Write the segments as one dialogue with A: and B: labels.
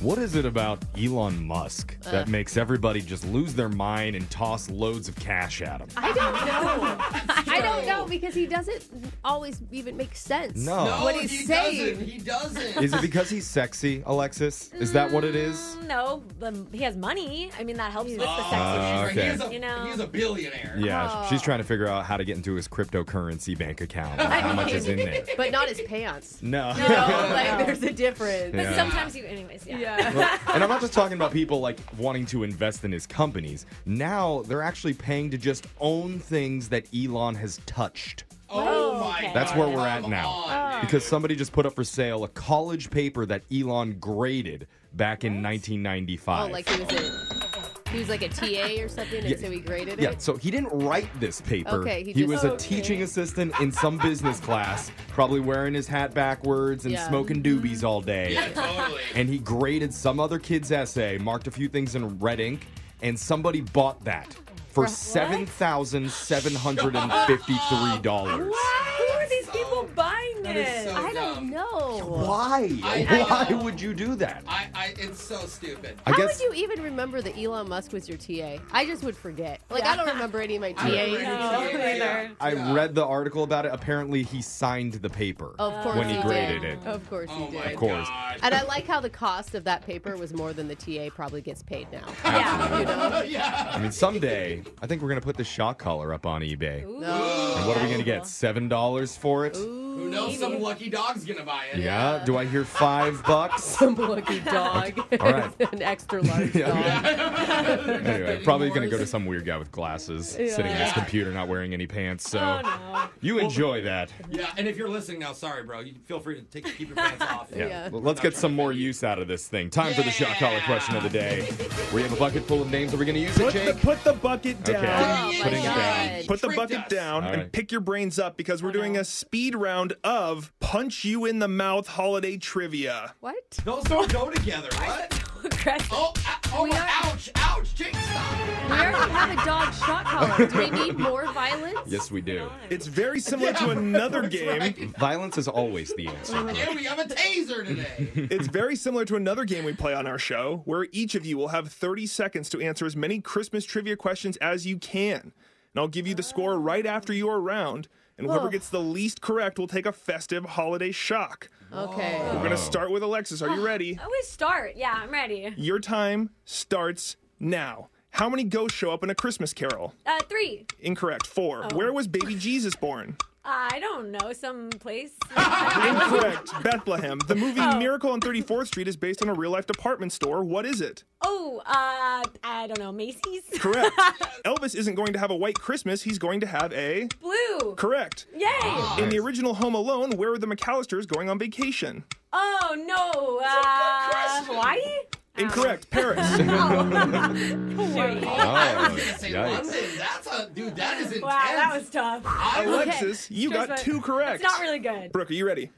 A: What is it about Elon Musk that
B: Ugh.
A: makes everybody just lose their mind and toss loads of cash at him?
C: I don't know. I don't know because he doesn't always even make sense.
A: No. No,
C: what he's
D: he
C: saying.
D: doesn't. He doesn't.
A: Is it because he's sexy, Alexis? Is that what it is?
E: Um, No, the, he has money. I mean, that helps with the sex.
A: Ah,
D: He is
A: okay.
D: a,
E: You know. Oh.
D: he is a billionaire.
E: Mm,
A: Yeah, she's trying to figure out how to get into his cryptocurrency bank account. and How much is in there?
C: But not his pants.
A: No.
C: You know, like there's a difference.
A: Yeah.
E: Sometimes you, anyways, yeah.
A: Well, and I'm not just talking about people like wanting to invest in his companies. Now they're actually paying to just own things that Elon has touched.
D: Oh my
E: okay.
D: god.
A: That's where we're at
D: come
A: now.
C: Oh.
D: on, dude.
A: Because somebody just put up for sale a college paper that Elon graded back in 1995.
C: Oh, like he was a he was like a TA or something, and
A: Yeah.
C: so he graded
A: yeah,
C: it.
A: so he didn't write this paper.
C: Okay, he
A: he
C: just-
A: was a teaching assistant in some business class, probably wearing his hat backwards and
C: Yeah. Mm-hmm.
A: smoking doobies all day.
D: Yeah, totally.
A: and he graded some other kid's essay, marked a few things in red ink, and somebody bought that for seven thousand seven hundred and fifty-three dollars.
E: Who are these people buying
D: That is
E: this?
D: so
C: I don't
D: dumb.
C: know.
A: Why?
D: I-
A: Why
D: I know.
A: would you do that?
D: I, I, it's so stupid.
A: I
C: How
A: guess
C: would you even remember that Elon Musk was your TA? I just would forget. Like I don't remember any of my
D: I don't
C: TAs.
D: remember
E: No,
D: any
E: neither.
D: TAs.
A: I
D: Yeah.
A: read the article about it. Apparently, he signed the paper
C: Of course
A: Oh. when he,
C: he
A: graded
C: did.
A: it.
C: Of course
D: Oh
C: he
D: my
C: did.
A: Of course.
D: gosh.
C: And I like how the cost of that paper was more than the TA probably gets paid now.
E: Yeah.
C: You know?
A: I mean, someday, I think we're going to put the shock collar up on eBay.
E: Ooh.
A: And what are we going to get? $7 for it?
D: Who knows? Some lucky dog's gonna buy it.
A: Yeah. Do I hear five bucks?
C: Some lucky dog.
A: All right.
C: An extra large
A: Yeah.
C: dog.
A: Anyway, probably going to go to some weird guy with glasses sitting at his
D: Yeah.
A: computer not wearing any pants. So
E: Oh, no.
A: you enjoy that.
D: Yeah. And if you're listening now, sorry, bro. You feel free to take keep your pants off.
A: Yeah.
C: Yeah.
A: Well, let's get some more use out of this thing. Time for the shock collar question of the day. We have a bucket full of names. Are we going to use it,
F: Put the,
A: Jake?
F: put the bucket down.
A: Okay.
C: Oh, my
A: Putting it down.
C: God.
F: Put the
D: Tricked
F: bucket
D: us.
F: down
A: All
F: and
A: right.
F: pick your brains up because we're doing a speed round of punch you in the mouth holiday trivia.
C: What?
D: Those don't go together. What?
E: Aggressive.
D: Oh, ah, oh, ouch, ouch, Jake, stop.
C: We already have a dog shot collar. Do we need more violence?
A: Yes, we do.
F: It's very similar to another game.
A: Violence is always the answer.
D: And we have a taser today.
F: It's very similar to another game we play on our show where each of you will have 30 seconds to answer as many Christmas trivia questions as you can. And I'll give you the score right after your round. And whoever
C: Whoa.
F: gets the least correct will take a festive holiday shock.
D: Oh.
C: Okay.
F: We're going to start with Alexis. Are you ready?
E: Always start. Yeah, I'm ready.
F: Your time starts now. How many ghosts show up in a Christmas carol?
E: Uh, three.
F: Incorrect. Four. Where was baby Jesus born?
E: Uh, I don't know. Some place.
F: Incorrect. Bethlehem. The movie Miracle on 34th Street is based on a real life department store. What is it?
E: oh, uh, I don't know. Macy's.
F: Correct. Elvis isn't going to have a white Christmas. He's going to have a.
E: Blue.
F: Correct.
E: Yay.
D: Ah.
F: In the original Home Alone, where were the McAllisters going on vacation?
E: Oh no. Uh, Hawaii.
F: Incorrect. Paris.
E: Shoot.
D: I was
A: Oh,
D: gonna say
A: yikes.
D: London. That's a dude. That is intense.
E: Wow, that was tough.
D: I was-
F: Alexis, you got
E: That's
F: two correct.
E: It's not really good.
F: Brooke, are you ready?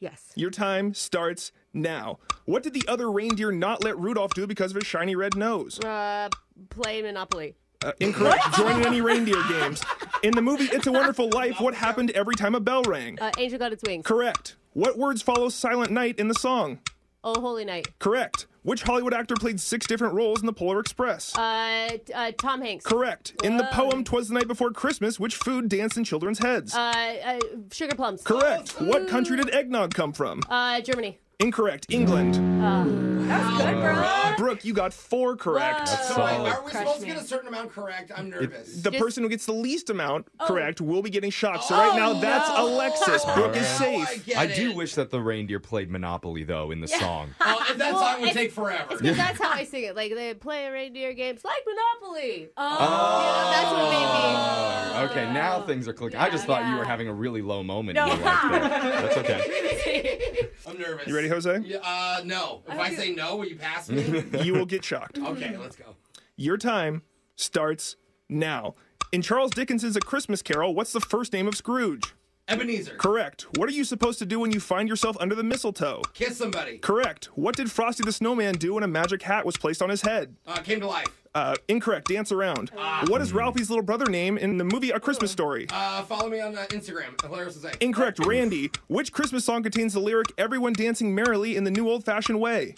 C: Yes.
F: Your time starts now. What did the other reindeer not let Rudolph do because of his shiny red nose?
C: Uh, play Monopoly.
F: Uh, incorrect. Join in any reindeer games. In the movie It's a Wonderful Life, what happened every time a bell rang?
C: Uh, Angel got its wings.
F: Correct. What words follow Silent Night in the song?
C: oh, Holy Night.
F: Correct. Which Hollywood actor played six different roles in The Polar Express?
C: Uh, t- uh, Tom Hanks.
F: Correct. In the poem Twas the Night Before Christmas, which food danced in children's heads?
C: uh, uh, Sugar Plums.
F: Correct. What country did eggnog come from?
C: Uh, Germany.
F: Incorrect. England.
E: Good, bro.
F: Brooke, you got four correct.
D: So
A: Solid.
D: wait, are we supposed to get a certain amount correct? I'm nervous.
F: The person who gets the least amount
D: Oh.
F: correct will be getting shocked. So right now, that's Alexis. Brooke is
D: Now I
F: safe.
D: get
A: I
D: it.
A: do wish that the reindeer played Monopoly, though, in the song.
D: Oh, and that song would
C: it's-
D: take forever.
C: It's 'cause that's how I sing it. Like they play reindeer games like Monopoly. Oh, that's what made me.
A: Oh, Okay, now things are clicking. I just thought you were having a really low moment. in your life there. That's okay.
D: I'm nervous.
F: You ready, Jose?
D: Yeah, uh, no. If I say no, will you pass me?
F: You will get shocked.
D: okay, let's go.
F: Your time starts now. In Charles Dickens's A Christmas Carol, what's the first name of Scrooge?
D: Ebenezer.
F: Correct. What are you supposed to do when you find yourself under the mistletoe?
D: Kiss somebody.
F: Correct. What did Frosty the Snowman do when a magic hat was placed on his head?
D: Uh, came to life.
F: Uh, incorrect. Dance around. What is Ralphie's little brother name in the movie A Christmas Story?
D: Uh, follow me on uh, Instagram. Hilarious to say.
F: Incorrect. Randy. Which Christmas song contains the lyric "Everyone dancing merrily in the new old-fashioned way"?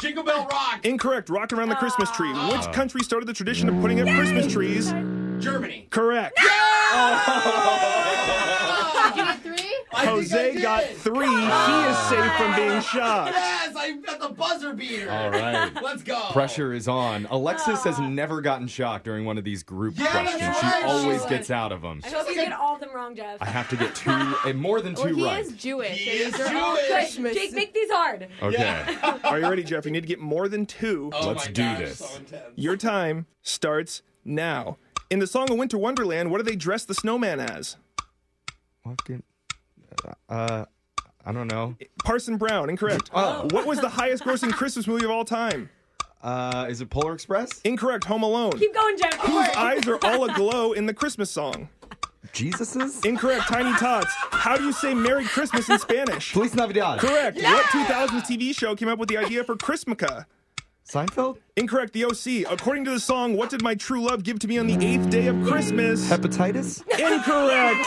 D: Jingle Bell Rock. Ah.
F: Incorrect. Rock around the Christmas tree. Which country started the tradition of putting up Christmas trees?
D: Germany.
F: Correct.
C: Did you get
D: Ah!
C: three?
D: I think I
F: Jose
D: did.
F: got three. He is safe from being shot.
D: Yes, I got the buzzer beater.
A: All right.
D: Let's go.
A: Pressure is on. Alexis has never gotten shocked during one of these group
D: Yeah, that's
A: questions.
D: right.
A: She always
E: She's
A: gets out of them.
E: I hope you get all of them wrong, Jeff.
A: I have to get two and more than
C: Well,
A: two
C: he
A: right.
C: is Jewish.
D: He
C: and
D: is
C: these are all
D: Jewish.
C: Christmas.
E: Jake, make these hard.
A: okay.
F: Are you ready, Jeff? You need to get more than two.
D: Oh
A: Let's
D: my
A: do
D: gosh,
A: this.
D: So intense.
F: Your time starts now. In the song of Winter Wonderland, what do they dress the snowman as?
A: Fucking- Uh, I don't know. Oh.
F: Parson Brown, incorrect.
D: Oh.
F: What was the highest grossing Christmas movie of all time?
A: Uh, is it Polar Express?
F: Incorrect, Home Alone.
E: Keep going, Jeff. Keep
F: Whose
E: going.
F: eyes are all aglow in the Christmas song?
A: Jesus's?
F: Incorrect, Tiny Tots. How do you say Merry Christmas in Spanish?
A: Police Navidad.
F: Correct. What 2000s TV show came up with the idea for Christmica?
A: Seinfeld?
F: Incorrect, The OC. According to the song, What Did My True Love Give to Me on the Eighth Day of Christmas?
A: Hepatitis?
F: Incorrect.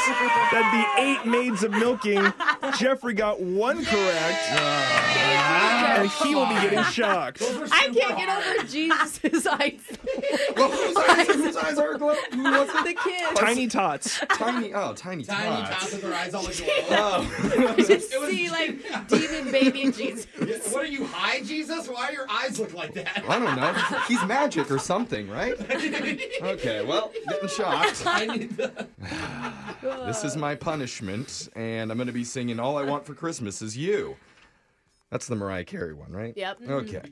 F: That'd be eight maids of milking. Jeffrey got one correct, and he will be getting shocked.
C: I can't get over Jesus' eyes.
A: Whose eyes, whose eyes are glow? Who was it?
C: the kid.
F: Tiny tots.
A: Tiny, oh, Tiny,
D: Tiny
A: Tots.
D: tots with their eyes all Oh. aglow.
C: Just see like demon baby Jesus.
D: what are you high, Jesus? Why do your eyes look like that?
A: I don't know. He's magic or something, right? Okay, well, getting shocked.
D: I need the.
A: This is my punishment, and I'm going to be singing All I Want for Christmas Is You. That's the Mariah Carey one, right?
C: Yep.
D: Mm-hmm.
C: Mhm.
A: Okay.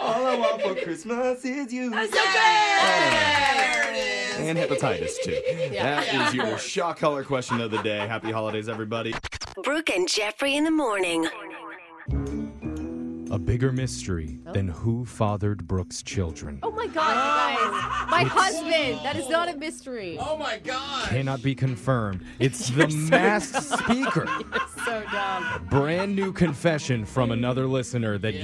A: All I want for Christmas is you.
E: That's so
D: There it is.
A: And hepatitis too. That is your shock color question of the day. Happy holidays, everybody.
B: Brooke and Jeffrey in the morning.
A: A bigger mystery than who fathered Brooks' children
C: Oh my god, you guys. Uh, My husband. That is not a mystery.
D: Ah. Oh my god.
A: cannot be confirmed. It's the masked speaker.
C: So dumb.
A: Brand new confession from another listener that
D: Yeah.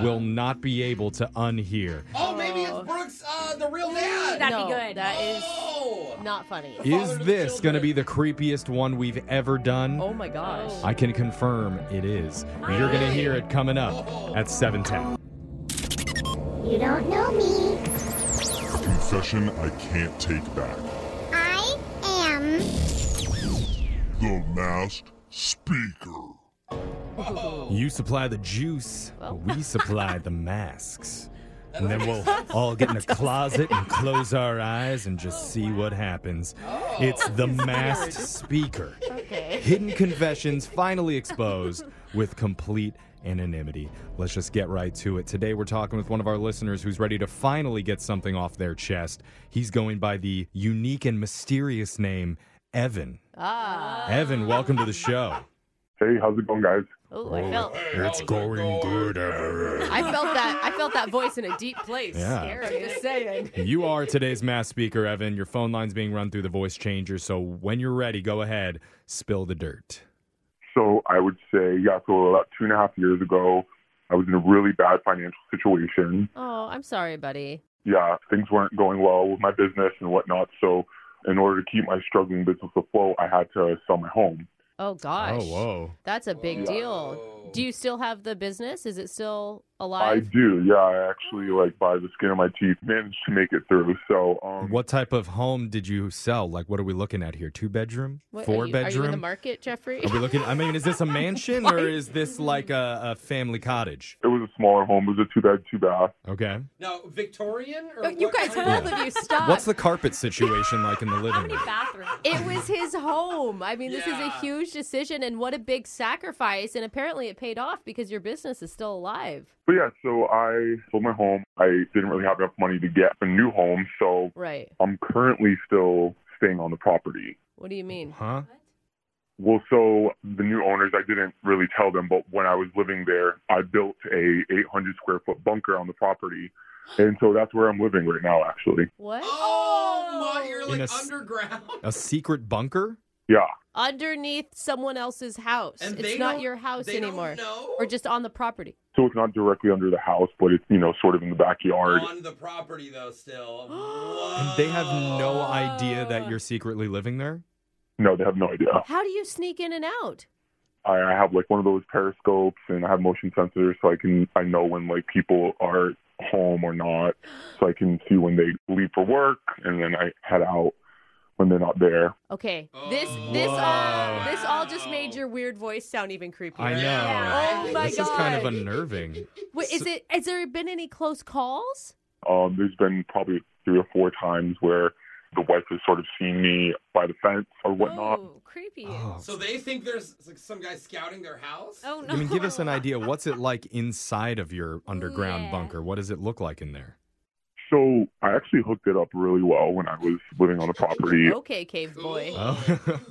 A: you will not be able to unhear.
D: Oh, maybe it's Brooks, uh, the real
C: Mm,
D: dad.
E: That'd be
C: no,
E: good.
C: That is
D: Oh.
C: not funny.
D: Father
A: Is
D: to the
A: this going to
D: children.
A: be the creepiest one we've ever done?
C: Oh my gosh.
A: I can confirm it is. You're going to hear it coming up at 7:10.
G: You don't know me.
H: Confession I can't take back.
G: I am.
H: The masked speaker.
A: You supply the juice, we supply the masks. And then we'll all get in a closet and close our eyes and just see what happens. It's the masked speaker.
C: Okay.
A: Hidden confessions finally exposed with complete anonymity. Let's just get right to it. Today we're talking with one of our listeners who's ready to finally get something off their chest. He's going by the unique and mysterious name Evan.
C: Ah.
A: Evan, welcome to the show.
H: Hey, how's it going, guys?
C: Oh, I felt.
A: It's going good, Evan.
C: I felt that. I felt that voice in a deep place.
A: Yeah.
C: Scary. Just saying.
A: You are today's mass speaker, Evan. Your phone line's being run through the voice changer, so when you're ready, go ahead, spill the dirt.
H: So I would say, yeah, so about two and a half years ago, I was in a really bad financial situation.
C: Oh, I'm sorry, buddy.
H: Yeah, things weren't going well with my business and whatnot. So in order to keep my struggling business afloat, I had to sell my home.
C: Oh gosh.
A: Oh, whoa.
C: That's a big
H: Whoa.
C: deal. Do you still have the business? Is it still
H: I
C: alive?
H: do, yeah. I actually, like, by the skin of my teeth, managed to make it through. So, um,
A: What type of home did you sell? Like, what are we looking at here? Two bedroom?
C: What-
A: Four
C: are you, Are you in the
A: bedroom?
C: market, Jeffrey?
A: Are we looking? I mean, is this a mansion or is this like a, a family cottage?
H: It was a smaller home. It was a two bed, two bath.
A: Okay.
D: Now, Victorian? Or
E: Oh, you
D: what
E: guys,
D: kind
E: hold
D: of-
E: it.
C: Both of you stop.
A: What's the carpet situation like in the
E: How
A: living
E: many
A: room?
E: bathrooms?
C: It was his home. I mean, this is a
D: Yeah.
C: huge decision, and what a big sacrifice. And apparently, it paid off because your business is still alive.
H: But yeah, so I sold my home. I didn't really have enough money to get a new home, so
C: Right.
H: I'm currently still staying on the property.
C: What do you mean?
A: Huh?
H: Well, so the new owners, I didn't really tell them, but when I was living there, I built a 800 square foot bunker on the property, and so that's where I'm living right now, actually.
C: What?
D: Oh my! You're
A: In
D: like
A: a s-
D: underground.
A: A secret bunker?
H: Yeah,
C: Underneath someone else's house.
D: And
C: it's
D: they
C: not
D: don't-
C: your house
D: they don't
C: anymore.
D: know?
C: Or just on the property.
H: so it's not directly under the house, but it's you know sort of in the backyard.
D: On the property though, still.
A: And they have no idea
E: Ah.
A: that you're secretly living there?
H: No, they have no idea.
C: How do you sneak in and out?
H: I I have like one of those periscopes, and I have motion sensors, so I can I know when like people are home or not, so I can see when they leave for work, and then I head out when they're not there.
C: Okay. This
D: Oh.
C: this all
A: Whoa.
C: this all just made your weird voice sound even creepier.
A: I know.
D: Yeah.
C: Oh my
A: this is kind of
C: God.
A: unnerving.
C: Wait, is it has there been any close calls?
H: Um, there's been probably three or four times where the wife has sort of seen me by the fence or whatnot.
E: Oh, creepy.
A: Oh.
D: So they think there's like, some guy scouting their house.
E: Oh no.
A: I mean, give us an idea. What's it like inside of your underground
E: Yeah.
A: bunker? What does it look like in there?
H: So I actually hooked it up really well when I was living on the property.
C: Okay, cave boy.
D: Cool.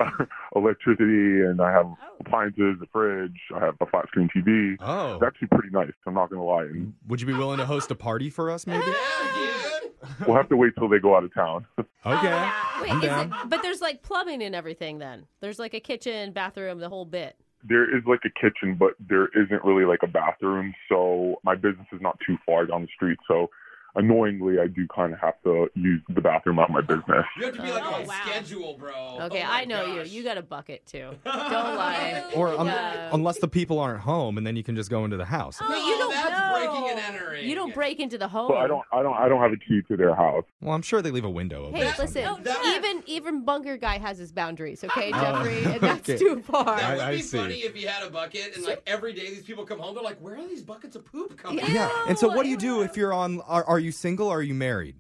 A: Oh,
H: Electricity, and I
C: Oh.
H: have appliances, a fridge, I have a flat screen TV.
A: oh.
H: It's actually pretty nice. I'm not gonna lie. And
A: Would you be willing to host a party for us, maybe?
D: Yeah, dude.
H: we'll have to wait till they go out of town.
A: Okay.
C: Oh, Wait,
A: I'm
C: is it,
A: down.
C: but there's like plumbing and everything then. There's like a kitchen, bathroom, the whole bit.
H: there is like a kitchen, but there isn't really like a bathroom. So my business is not too far down the street. So annoyingly, I do kind of have to use the bathroom out of my business.
D: You have to be like
E: Oh,
D: on
E: wow.
D: schedule, bro.
C: Okay,
D: Oh my
C: I know
D: gosh.
C: you. You got a bucket too. Don't lie.
A: Or um,
C: Yeah.
A: unless the people aren't home, and then you can just go into the house.
D: No,
C: you don't
D: Oh, that's
E: know.
D: breaking and entering.
C: You don't break into the
E: Oh.
C: home.
H: But I don't, I don't, I don't have a key to their house.
A: Well, I'm sure they leave a window open.
C: Hey,
A: or
C: listen.
A: something.
D: that-
C: even even bunker guy has his boundaries, okay,
A: Oh,
C: Jeffrey? And that's
A: okay.
C: too far.
D: That would
A: I- I
D: be
A: see.
D: funny if you had a bucket and like every day these people come home, they're like, "Where are these buckets of poop coming?" from?"
A: Yeah. And so, what do you
E: Ew.
A: do if you're on? Are, are you single? Or are you married?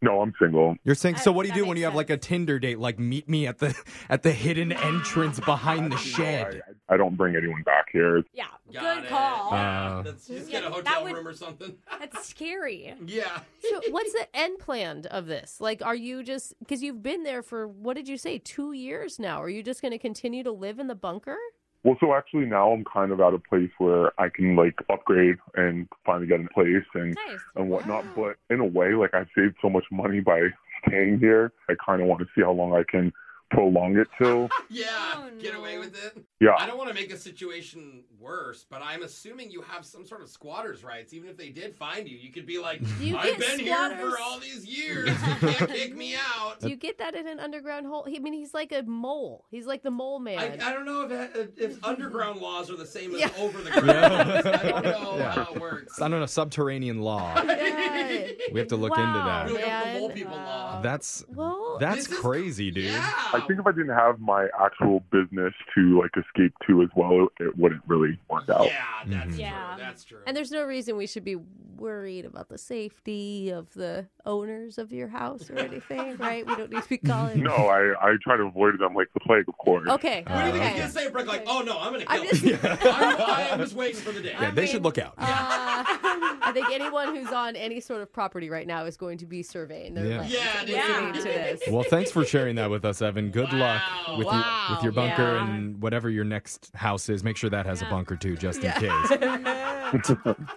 H: No, I'm single.
A: You're single. So,
E: Uh,
A: what do you
E: that
A: do when
E: makes
A: you have like a
E: sense.
A: Tinder date? Like, meet me at the at the hidden entrance behind the shed.
H: I, I don't bring anyone back here.
E: Yeah.
D: Got
E: Good
D: it.
E: call.
D: Yeah,
A: Uh,
D: that's just
E: Yeah,
D: get a
E: that
D: hotel
E: would-
D: room or something.
E: That's scary.
D: yeah.
C: So what's the end plan of this? Like, are you just because you've been there for what did you say two years now? Are you just going to continue to live in the bunker?
H: Well, so actually now I'm kind of at a place where I can like upgrade and finally get in place and
E: Nice.
H: and whatnot. But in a way, like I saved so much money by staying here. I kind of want to see how long I can prolong it till.
D: Yeah.
E: Oh,
D: Get
E: no.
D: away with it.
H: Yeah.
D: I don't want to make the situation worse, but I'm assuming you have some sort of squatters' rights. Even if they did find you, you could be like,
C: You
D: "I've
C: get
D: been here
C: squatters-
D: for all these years. You can't kick me out."
C: Do you get that in an underground hole? I mean, he's like a mole. He's like the mole man.
D: I, I don't know if, that- if underground laws are the same as
C: Yeah.
D: over the ground. laws. I don't know
A: Yeah.
D: how it works.
A: I don't know subterranean law.
C: Yeah.
A: We have to look into
C: Oh Wow.
D: We
A: that.
D: have the
C: man.
D: mole people law.
A: That's
C: well,
A: that's
D: This is-
A: crazy, dude.
D: Yeah.
H: I think if I didn't have my actual business to like escape to as well, it, it wouldn't really work out.
D: Yeah, that's
A: Mhm.
D: true.
E: Yeah.
D: That's true.
C: and there's no reason we should be worried about the safety of the owners of your house or anything, right? We don't need to be
A: Mm-hmm.
C: calling.
H: No, I I try to avoid them like the plague, of course.
C: Okay.
D: what do you think
A: Uh,
D: he's gonna say, Brooke? Like, oh no, I'm gonna
C: I'm
D: kill
C: just-
D: him. I'm, I was waiting for the day.
A: Yeah, they should look out.
C: Uh, I think anyone who's on any sort of property right now is going to be surveying their
A: Yeah.
C: land
D: Yeah, dude.
C: listening to this.
A: Well, thanks for sharing that with us, Evan. Good
D: Wow.
A: luck with your with your
C: Wow.
A: bunker
E: Yeah.
A: and whatever your next house is. Make sure that has a
E: Yeah.
A: bunker too, just in case.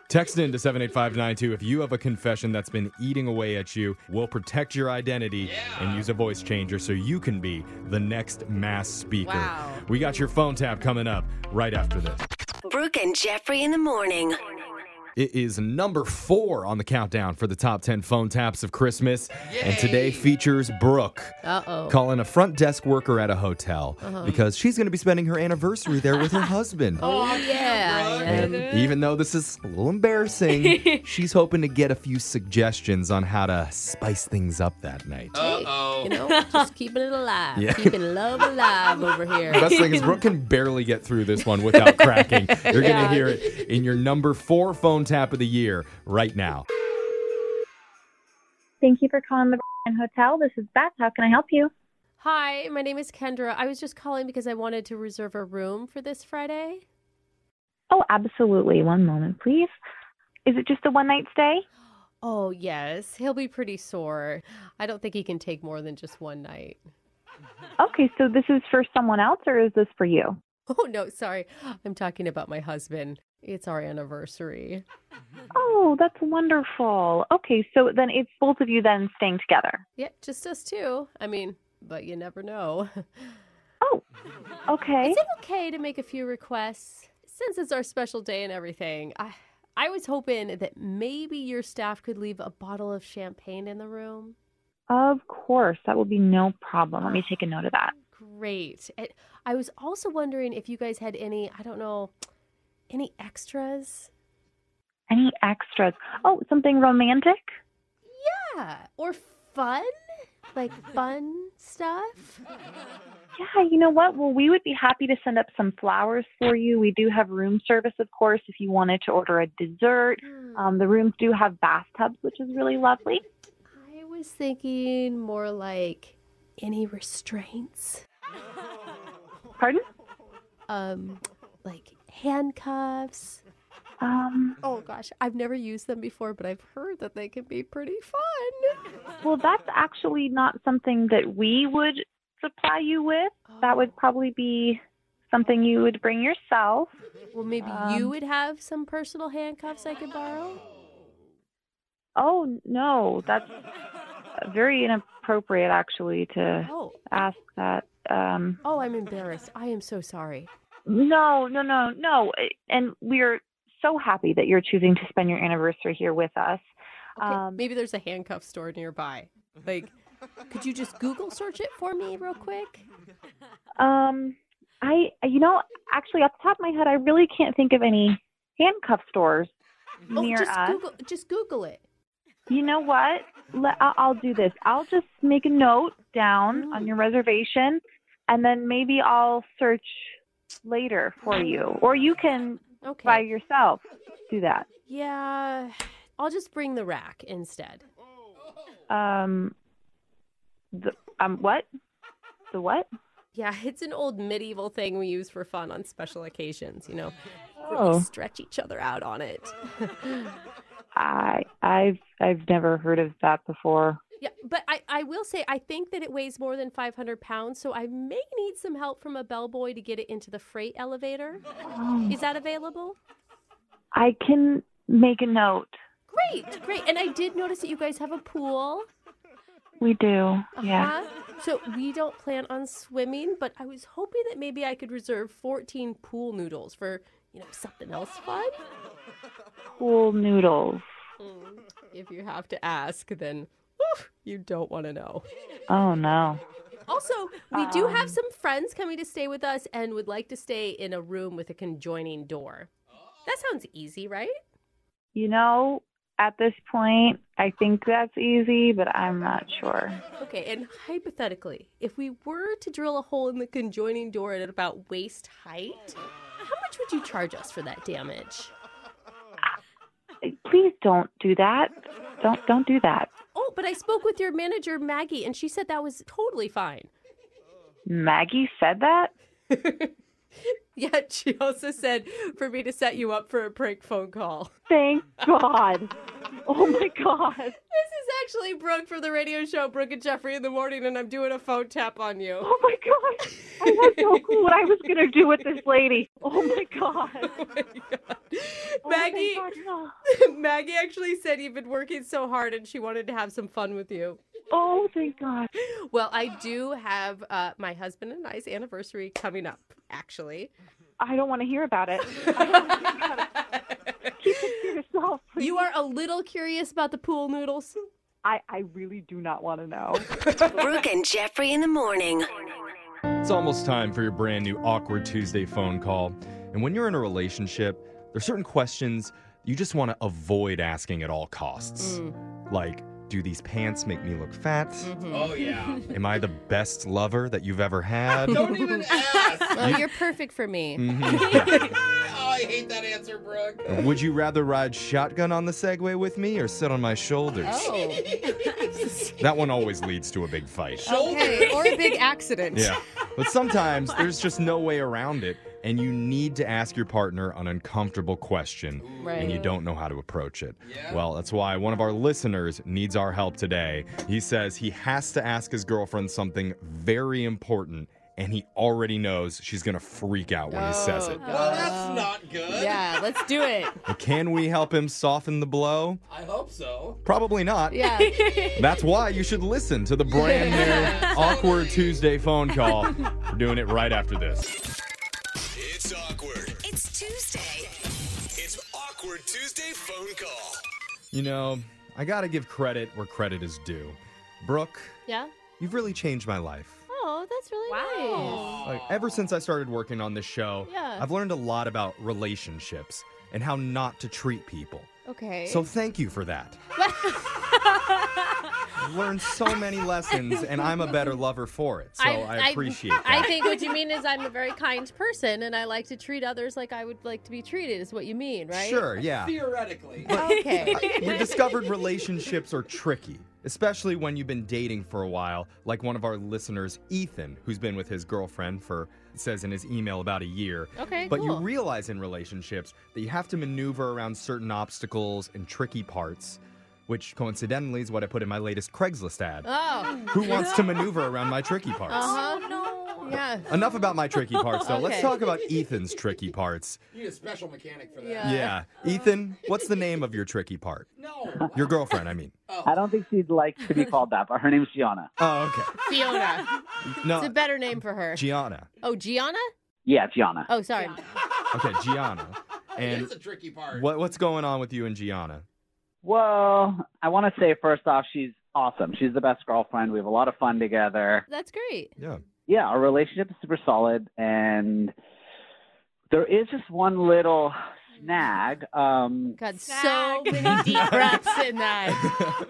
A: Text in to seven eight five nine two if you have a confession that's been eating away at you. We'll protect your identity and use a voice changer so you can be the next mass speaker.
C: Wow.
A: We got your phone tap coming up right after this.
B: Brooke and Jeffrey in the morning.
A: It is number four on the countdown for the top 10 phone taps of Christmas. And today features Brooke
C: Uh oh.
A: calling a front desk worker at a hotel because she's going to be spending her anniversary there with her husband.
C: Oh, yeah.
A: And even though this is a little embarrassing, she's hoping to get a few suggestions on how to spice things up that night.
D: Uh oh.
C: You know, just keeping it alive.
A: Yeah.
C: Keeping love alive over here.
A: Best thing is Brooke can barely get through this one without cracking. You're going to hear it in your number four phone tap of the year right now.
I: Thank you for calling the Bryan Hotel. This is Beth. How can I help you?
C: Hi, my name is Kendra. I was just calling because I wanted to reserve a room for this Friday.
I: Oh, absolutely. One moment, please. Is it just a one night stay?
C: Oh, yes. He'll be pretty sore. I don't think he can take more than just one night.
I: Okay, so this is for someone else or is this for you?
C: Oh, no, sorry. I'm talking about my husband. It's our anniversary.
I: Oh, that's wonderful. Okay, so then it's both of you then staying together.
C: Yeah, just us two. I mean, but you never know.
I: Oh, okay.
C: Is it okay to make a few requests? Since it's our special day and everything, I I was hoping that maybe your staff could leave a bottle of champagne in the room.
I: Of course, that will be no problem. Let me take a note of that.
C: Great. And I was also wondering if you guys had any, I don't know, any extras?
I: Any extras? Oh, something romantic?
C: Yeah, or fun? Like fun stuff?
I: Yeah, you know what? Well, we would be happy to send up some flowers for you. We do have room service, of course, if you wanted to order a dessert. Um, the rooms do have bathtubs, which is really lovely.
C: I was thinking more like any restraints?
I: Pardon?
C: Um like handcuffs?
I: Um,
C: Oh gosh, I've never used them before, but I've heard that they can be pretty fun.
I: well, that's actually not something that we would supply you with. That
C: Oh.
I: would probably be something you would bring yourself.
C: Well, maybe you would have some personal handcuffs I could borrow.
I: Oh, no, that's very inappropriate, actually, to
C: Oh,
I: ask that. Um,
C: oh, I'm embarrassed. I am so sorry.
I: No, Oh, no, no, no. And we're so happy that you're choosing to spend your anniversary here with us.
C: Okay,
I: Um,
C: maybe there's a handcuff store nearby. Like, could you just Google search it for me real quick?
I: Um, I, you know, actually, off the top of my head, I really can't think of any handcuff stores
C: Oh,
I: near
C: just
I: us.
C: Google, just Google it.
I: You know what? Let, I'll, I'll do this. I'll just make a note down on your reservation, and then maybe I'll search later for you, or you can
C: Okay.
I: by yourself do that.
C: Yeah, I'll just bring the rack instead.
I: Um, the, um, what? The what?
C: Yeah, it's an old medieval thing we use for fun on special occasions. You know,
I: Oh.
C: really stretch each other out on it.
I: I I've I've never heard of that before.
C: Yeah, but I, I will say I think that it weighs more than 500 pounds, so I may need some help from a bellboy to get it into the freight elevator.
I: Oh.
C: Is that available?
I: I can make a note.
C: Great, great. And I did notice that you guys have a pool.
I: We do. Yeah.
C: Uh-huh. So we don't plan on swimming, but I was hoping that maybe I could reserve 14 pool noodles for, you know, something else fun.
I: Cool noodles.
C: If you have to ask, then oof, you don't want to know.
I: Oh no.
C: Also, we do have some friends coming to stay with us and would like to stay in a room with a conjoining door. That sounds easy, right?
I: You know, at this point, I think that's easy, but I'm not sure.
C: Okay, and hypothetically, if we were to drill a hole in the conjoining door at about waist height, how much would you charge us for that damage?
I: Please don't do that. Don't don't do that.
C: Oh, but I spoke with your manager, Maggie, and she said that was totally fine.
I: Maggie said that?
C: Yet she also said for me to set you up for a prank phone call.
I: Thank God. Oh my God.
C: This is actually Brooke from the radio show Brooke and Jeffrey in the Morning, and I'm doing a phone tap on you.
I: Oh my God. I had no clue what I was gonna do with this lady. Oh my God.
C: Oh my God.
I: Oh, thank
C: Maggie,
I: God, no.
C: Maggie actually said you've been working so hard and she wanted to have some fun with you.
I: Oh, thank God.
C: Well, I do have uh, my husband and I's anniversary coming up, actually.
I: I don't want to hear about it. Keep it to yourself, please.
C: You are a little curious about the pool noodles.
I: I, I really do not want to know.
B: Brooke and Jeffrey in the morning.
A: It's almost time for your brand new Awkward Tuesday phone call. And when you're in a relationship, there's certain questions you just want to avoid asking at all costs.
D: Mm.
A: Like, do these pants make me look fat?
C: Mhm.
D: Oh yeah.
A: Am I the best lover that you've ever had?
D: Don't even ask.
C: Oh, you're perfect for me.
A: Mhm.
D: Mm-hmm. oh, I hate that answer, Brooke.
A: Would you rather ride shotgun on the Segway with me or sit on my shoulders?
C: Oh,
A: That one always leads to a big fight.
D: Shoulders.
C: or Oh. a big accident.
A: Yeah. But sometimes there's just no way around it. and you need to ask your partner an uncomfortable question
C: Right.
A: and you don't know how to approach it. Well, that's why one of our listeners needs our help today. He says he has to ask his girlfriend something very important and he already knows she's going to freak out when he says
C: Oh,
A: it.
C: God.
D: Well, that's not good.
C: Yeah, let's do it.
A: But Can we help him soften the blow?
D: I hope so.
A: Probably not.
C: Yeah.
A: That's why you should listen to the brand new Awkward Tuesday phone call. We're doing it right after this.
J: It's awkward.
B: It's Tuesday.
J: It's awkward Tuesday phone call.
A: You know, I got to give credit where credit is due. Brooke,
C: Yeah.
A: you've really changed my life.
C: Oh, that's really
E: Wow.
A: Like, ever since I started working on this show,
C: Yeah.
A: I've learned a lot about relationships and how not to treat people.
C: nice. Okay.
A: So thank you for that. I've learned so many lessons, and I'm a better lover for it. So I, appreciate that.
C: I think what you mean is I'm a very kind person, and I like to treat others like I would like to be treated. Is what you mean, right?
A: Sure, yeah.
D: Theoretically.
C: Okay.
A: we discovered relationships are tricky, especially when you've been dating for a while, like one of our listeners, Ethan, who's been with his girlfriend for, it says in his email, about a year.
C: Okay,
A: But you
C: cool.
A: realize in relationships that you have to maneuver around certain obstacles and tricky parts, which coincidentally is what I put in my latest Craigslist ad.
C: Oh.
A: Who wants to maneuver around my tricky parts?
C: Uh huh. No. Yeah.
A: Enough about my tricky parts, though. Let's
C: Oh. Okay.
A: talk about Ethan's tricky parts.
D: You need a special mechanic for that.
C: Yeah.
A: Yeah. Ethan, what's the name of your tricky part?
D: No. Oh.
A: Your girlfriend, I mean.
K: I don't think she'd like to be called that, but her name's Gianna.
A: Oh, okay.
C: Fiona. It's a
A: No,
C: better name for her.
A: Gianna.
C: oh, Gianna.
K: Yeah, Gianna.
C: Oh, sorry.
A: Okay, Gianna. And
D: It's a tricky part.
A: what what's going on with you and Gianna?
K: Well, I want to say first off, she's awesome. She's the best girlfriend. We have a lot of fun together.
C: That's great.
A: Yeah.
K: Yeah, our relationship is super solid, and there is just one little snag. Um,
C: God, so
E: Zach.
C: many deep breaths in that.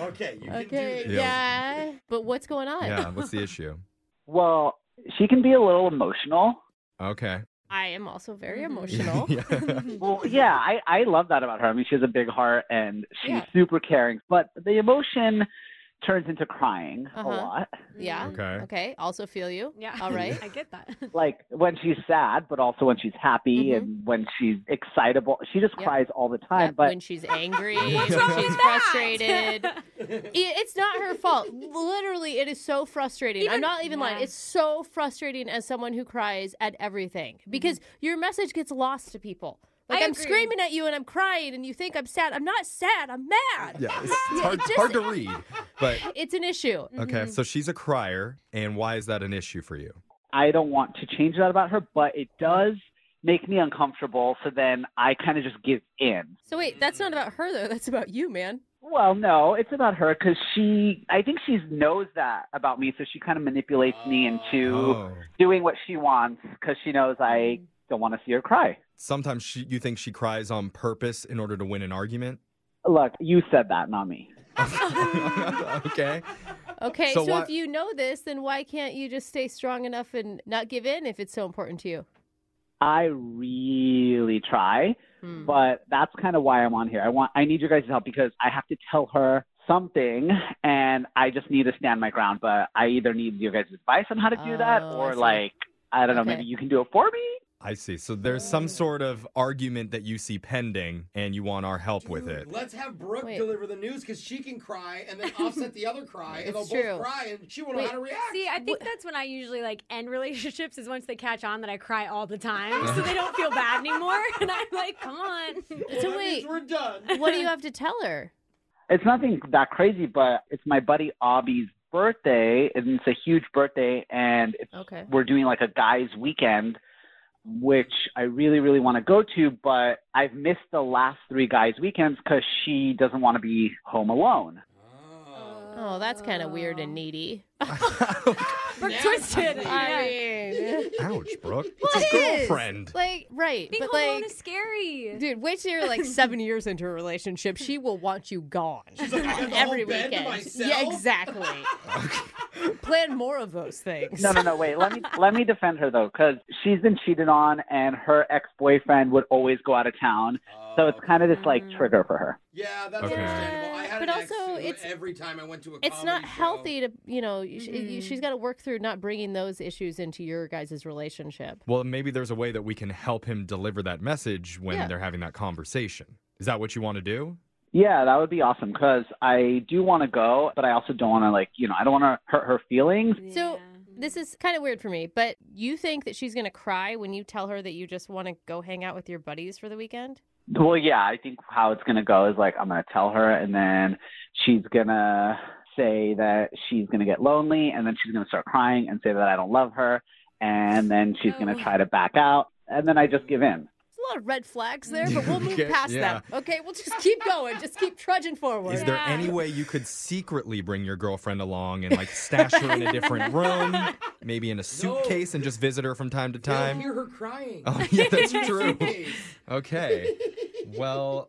D: Okay, you can
C: Okay.
D: do this.
C: Yeah. But what's going on?
A: Yeah, what's the issue?
K: well, she can be a little emotional.
A: Okay.
C: I am also very emotional.
A: Yeah.
K: Well, yeah, I, I love that about her. I mean, she has a big heart and she's
C: Yeah.
K: super caring, but the emotion turns into crying
C: Uh-huh.
K: a lot.
C: Yeah.
A: Okay.
C: Okay. Also feel you.
E: Mm-hmm. Yeah.
C: All right.
E: I get that.
K: Like when she's sad, but also when she's happy
C: Mhm.
K: and when she's excitable. She just
C: Yep.
K: cries all the time.
C: Yep,
K: but
C: when she's angry, when
A: wrong
C: she's
E: with that?
C: frustrated. I- it's not her fault. Literally, it is so frustrating. I'm
E: Even-
C: not even lying.
E: yeah.
C: It's so frustrating as someone who cries at everything because your message gets lost to people. Like
E: Mm-hmm. I
C: am
E: agree.
C: screaming at you and I'm crying and you think I'm sad. I'm not sad. I'm mad.
A: Yeah, it's, it's hard, it's hard to read. But
C: It's an issue.
D: Mm-hmm.
E: Mm-hmm.
A: okay, so she's a crier, and why is that an issue for you?
K: I don't want to change that about her, but it does make me uncomfortable. So then I kind of just give in.
C: So wait, that's not about her though. That's about you, man.
K: Well, no, it's about her because she, I think she knows that about me. So she kind of manipulates me into.
A: Oh.
K: doing what she wants because she knows I
C: Mm-hmm.
K: don't want to see her cry.
A: Sometimes she, you think she cries on purpose in order to win an argument.
K: Look, you said that, not me.
A: okay.
C: Okay,
A: So
C: so,
A: why-
C: if you know this, then why can't you just stay strong enough and not give in if it's so important to you?
K: I really try,
C: Hmm.
K: but that's kind of why I'm on here. I want I need your guys' help because I have to tell her something and I just need to stand my ground, but I either need your guys' advice on how to do that
C: Oh, I
K: or
C: see.
K: like I don't know,
C: Okay.
K: maybe you can do it for me.
A: I see. So there's some sort of argument that you see pending, and you want our help with
D: Dude,
A: it.
D: Let's have Brooke
C: Wait.
D: deliver the news because she can cry and then offset the other cry, and they'll
C: It's true.
D: both cry, and she won't know
C: Wait,
D: how to react.
E: See, I think that's when I usually like end relationships is once they catch on that I cry all the time, so they don't feel bad anymore. And I'm like, come on.
D: Well,
C: so
D: that means
C: wait.
D: we're done.
C: What do you have to tell her?
K: It's nothing that crazy, but it's my buddy Obby's birthday and it's a huge birthday and it's
C: Okay.
K: we're doing like a guys weekend which i really really want to go to but i've missed the last three guys weekends because she doesn't want to be home alone
D: Oh.
C: Oh, that's kind of weird and needy.
E: Brooke twisted. Yeah.
C: mean,
A: Ouch, Brooke. It's his girlfriend.
C: like, right,
E: Being
C: but
E: home alone
C: like,
E: is scary.
C: dude, wait till you're like seven years into a relationship, she will want you gone
D: like, "I got the whole
C: every
D: bed to
C: weekend.
D: myself?"
C: Yeah, exactly. plan more of those things.
K: No, no, no. Wait. Let me let me defend her though, because she's been cheated on, and her ex boyfriend would always go out of town. So it's kind of this like trigger for her.
D: Oh. Yeah, that's
K: Okay.
D: understandable. I had
C: But
D: an ex
C: also
D: who
C: it's-
D: every time I went to a
C: It's not
D: comedy show-
C: healthy to, you know, sh- she's got to work through not bringing those issues into your guys' relationship.
A: Well, maybe there's a way that we can help him deliver that message when
C: Yeah.
A: they're having that conversation. Is that what you want to do?
K: Yeah, that would be awesome because I do want to go, but I also don't want to like you know I don't want to hurt her feelings.
C: So this is kind of weird for me, but you think that she's going to cry when you tell her that you just want to go hang out with your buddies for the weekend?
K: Well, yeah, I think how it's gonna go is like I'm gonna tell her, and then she's gonna say that she's gonna get lonely, and then she's gonna start crying and say that I don't love her, and then she's gonna try to back out, and then I just give in.
C: There's a lot of red flags there, but we'll move
A: Okay,
C: past
A: yeah.
C: them. Okay, we'll just keep going. Just keep trudging forward.
A: Is there any way you could secretly bring your girlfriend along and like stash her in a different room, maybe in a suitcase, and just visit her from time to
D: I
A: time?
D: hear her crying.
A: Oh, yeah, that's true.
D: Jeez.
A: Okay. Well,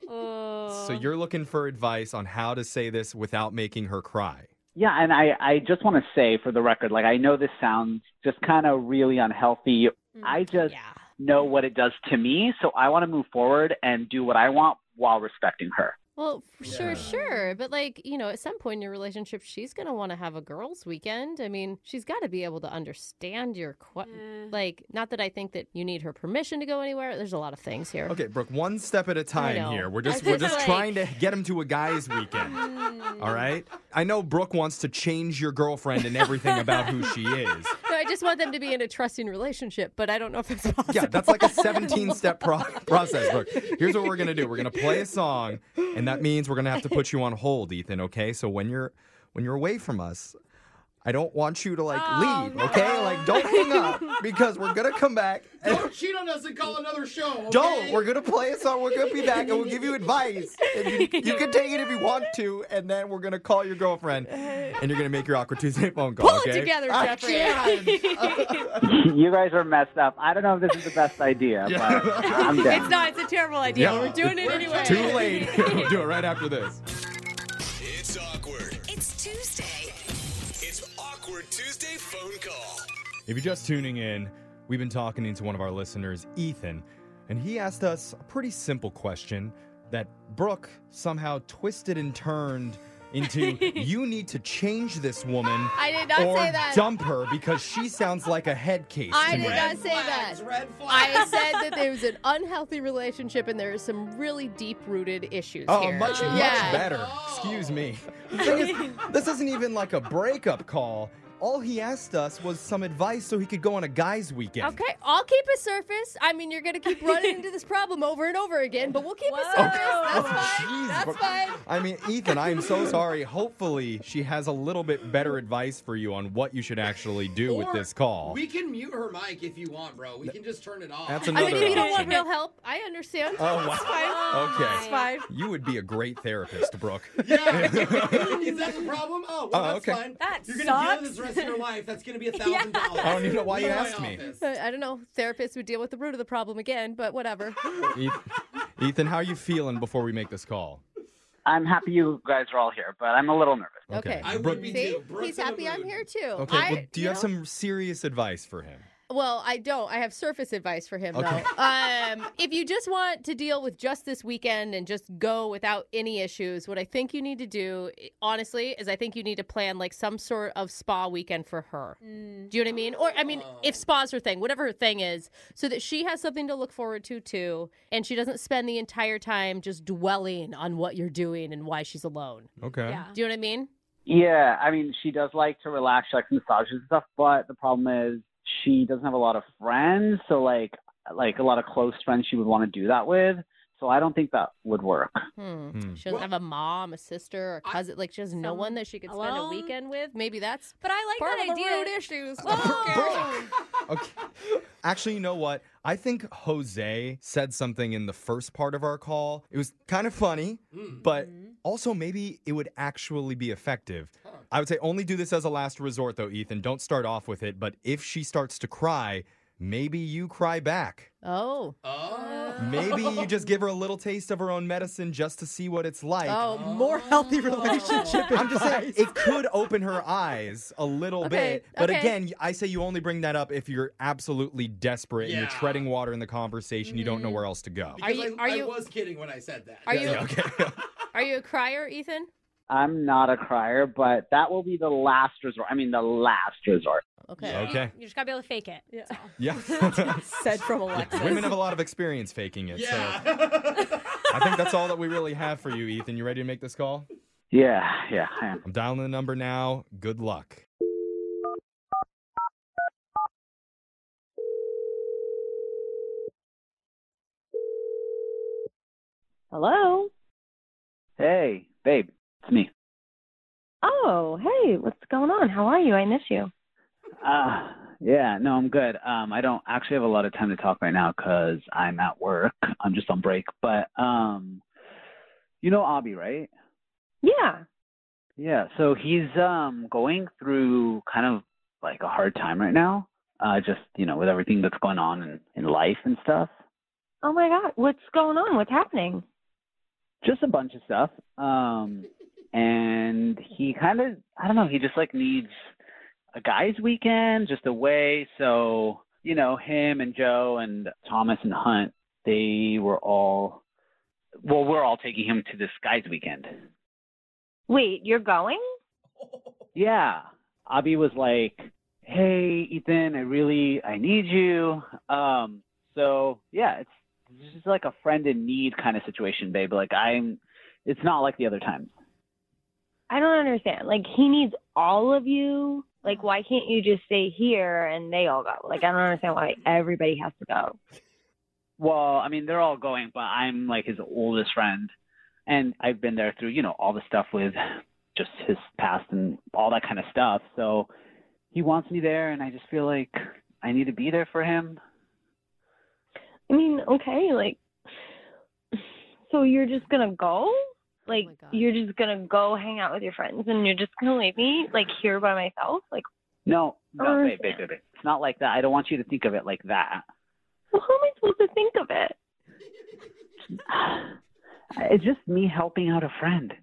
A: so you're looking for advice on how to say this without making her cry.
K: Yeah, and I, I just want to say for the record, like I know this sounds just kind of really unhealthy. I just know what it does to me, so I want to move forward and do what I want while respecting her.
C: Well, f- sure, sure. But, like, you know, at some point in your relationship, she's going to want to have a girls' weekend. I mean, she's got to be able to understand your, qu- like, not that I think that you need her permission to go anywhere. There's a lot of things here.
A: Okay, Brooke, one step at a time
C: know.
A: here. We're
C: I
A: just we're
C: was
A: just
C: like-
A: trying to get him to a guy's weekend.
C: Mm.
A: All right? I know Brooke wants to change your girlfriend and everything about who she is.
C: No, I just want them to be in a trusting relationship, but I don't know if it's possible.
A: Yeah, that's like a 17 step pro- process, Brooke. Here's what we're going to do. We're going to play a song, and that means we're going to have to put you on hold, Ethan, okay? So when you're when you're away from us, I don't want you to like
C: Oh,
A: leave, okay? Like don't hang up because we're going to come back. And
D: Don't cheat on us and call another show. okay?
A: don't. We're going to play a song. We're going to be back and we'll give you advice. And you, you can take it if you want to, and then we're going to call your girlfriend and you're going to make your awkward Tuesday phone call,
C: Pull
A: okay?
C: it together,
A: I
C: Jeffrey.
A: can't.
K: you guys are messed up. I don't know if this is the best idea, but I'm down.
C: it's not. It's a terrible idea.
A: Yeah.
C: We're doing it
A: We're
C: anyway.
A: Too late. we'll do it right after this.
J: It's awkward.
B: It's Tuesday.
J: It's awkward Tuesday phone call.
A: If you're just tuning in, we've been talking to one of our listeners, Ethan, and he asked us a pretty simple question that Brooke somehow twisted and turned into you need to change this woman
C: I did not
A: or
C: say that.
A: dump her because she sounds like a head case
C: I
A: to
C: did
A: me.
C: not say that. I said that there was an unhealthy relationship and there is some really deep rooted issues
A: Oh,
C: here.
A: much,
C: Yeah.
A: much better. Excuse me. The thing is, this isn't even like a breakup call. All he asked us was some advice so he could go on a guy's weekend.
C: Okay, I'll keep it surface. I mean, you're going to keep running into this problem over and over again, but we'll keep it surface.
D: Oh,
C: That's fine.
A: Jeez,
C: That's
A: Brooke.
C: fine.
A: I mean, Ethan, I am so sorry. Hopefully, she has a little bit better advice for you on what you should actually do with
D: Or
A: this call.
D: We can mute her mic if you want, bro. We can just turn it off.
A: That's
C: I mean, if you don't want
A: option.
C: real help, I understand.
A: Oh, wow.
C: It's fine.
A: Okay.
C: It's fine.
A: You would be a great therapist, Brooke.
D: Is that the problem? Oh, well,
A: Oh,
D: that's
A: okay.
D: fine.
C: That
D: You're gonna deal
C: sucks.
D: with this the rest of your life. That's gonna be a thousand dollars.
A: I don't even know why you
D: Leave my
A: asked me.
D: office.
C: Uh, I don't know. Therapists would deal with the root of the problem again, but whatever.
A: Eth- Ethan, how are you feeling before we make this call?
K: I'm happy you guys are all here, but I'm a little nervous.
C: Okay.
A: I would
D: be
C: See?
D: too. Brooke's
C: He's
D: in the
C: happy I'm here too.
A: Okay,
C: I,
A: well, do you have
C: know-
A: some serious advice for him?
C: Well, I don't. I have surface advice for him
A: Okay.
C: though. Um, if you just want to deal with just this weekend and just go without any issues, what I think you need to do, honestly, is I think you need to plan like some sort of spa weekend for her.
E: Mm.
C: Do you know what I mean? Or I mean, if spa's her thing, whatever her thing is, so that she has something to look forward to too, and she doesn't spend the entire time just dwelling on what you're doing and why she's alone.
A: Okay.
C: Do you know what I mean?
K: Yeah, I mean, she does like to relax, she likes massages and stuff, but the problem is she doesn't have a lot of friends, so like like a lot of close friends she would want to do that with. So I don't think that would work.
C: Hmm. She doesn't have a mom, a sister, or a cousin. like she has no one that she could spend a
E: alone?
C: weekend with. Maybe that's.
E: But I like
C: part
E: that
C: of the
E: idea.
C: root issues.
A: Actually, you know what? I think Jose said something in the first part of our call. It was kind of funny, but also maybe it would actually be effective. I would say only do this as a last resort, though, Ethan. Don't start off with it, but if she starts to cry, maybe you cry back.
C: Oh.
D: Oh.
A: Maybe you just give her a little taste of her own medicine just to see what it's like.
C: Oh, more healthy relationship.
A: I'm just saying it could open her eyes a little
C: Okay,
A: bit, but
C: okay.
A: again, I say you only bring that up if you're absolutely desperate and
D: Yeah.
A: you're treading water in the conversation. You don't know where else to go.
D: Because
C: you-
D: I,
C: are
D: I
C: you-
D: was kidding when I said that.
C: Are you
A: okay?
C: Are you a crier, Ethan?
K: I'm not a crier, but that will be the last resort. I mean, the last resort.
C: Okay.
A: Okay.
E: Mm, You just gotta be able to fake it. Yeah.
A: Yeah.
C: Said from Alexis.
A: Women have a lot of experience faking it, so I think that's all that we really have for you, Ethan. You ready to make this call?
K: Yeah, yeah, I am.
A: I'm dialing the number now. Good luck.
L: Hello.
K: Hey, babe, it's me.
L: Oh, hey, what's going on? How are you? I miss you.
K: Uh, yeah, no, I'm good. Um, I don't actually have a lot of time to talk right now 'cause I'm at work. I'm just on break. But um, you know Abby, right?
L: Yeah.
K: Yeah. So he's um going through kind of like a hard time right now. Uh, just you know with everything that's going on in, in life and stuff.
L: Oh my God, what's going on? What's happening?
K: Just a bunch of stuff. Um, and he kind of I don't know. He just like needs a guy's weekend just away. So, you know, him and Joe and Thomas and Hunt, they were all, well, we're all taking him to this guy's weekend.
L: Wait, you're going?
K: Yeah. Abby was like, hey, Ethan, I really, I need you. Um, so, yeah, it's, it's just like a friend in need kind of situation, babe. Like, I'm, it's not like the other times.
L: I don't understand. Like, he needs all of you. Like, why can't you just stay here and they all go? Like, I don't understand why everybody has to go.
K: Well, I mean, they're all going, but I'm like his oldest friend, and I've been there through, you know, all the stuff with just his past and all that kind of stuff. So he wants me there, and I just feel like I need to be there for him.
L: I mean, okay, like, so you're just gonna go?
E: Oh
L: Like, you're just gonna go hang out with your friends and you're just gonna leave me, like, here by myself? Like,
K: No, no,
L: Oh,
K: babe, babe, babe, babe. It's not like that. I don't want you to think of it like that.
L: well, how am I supposed to think of it?
K: It's just me helping out a friend.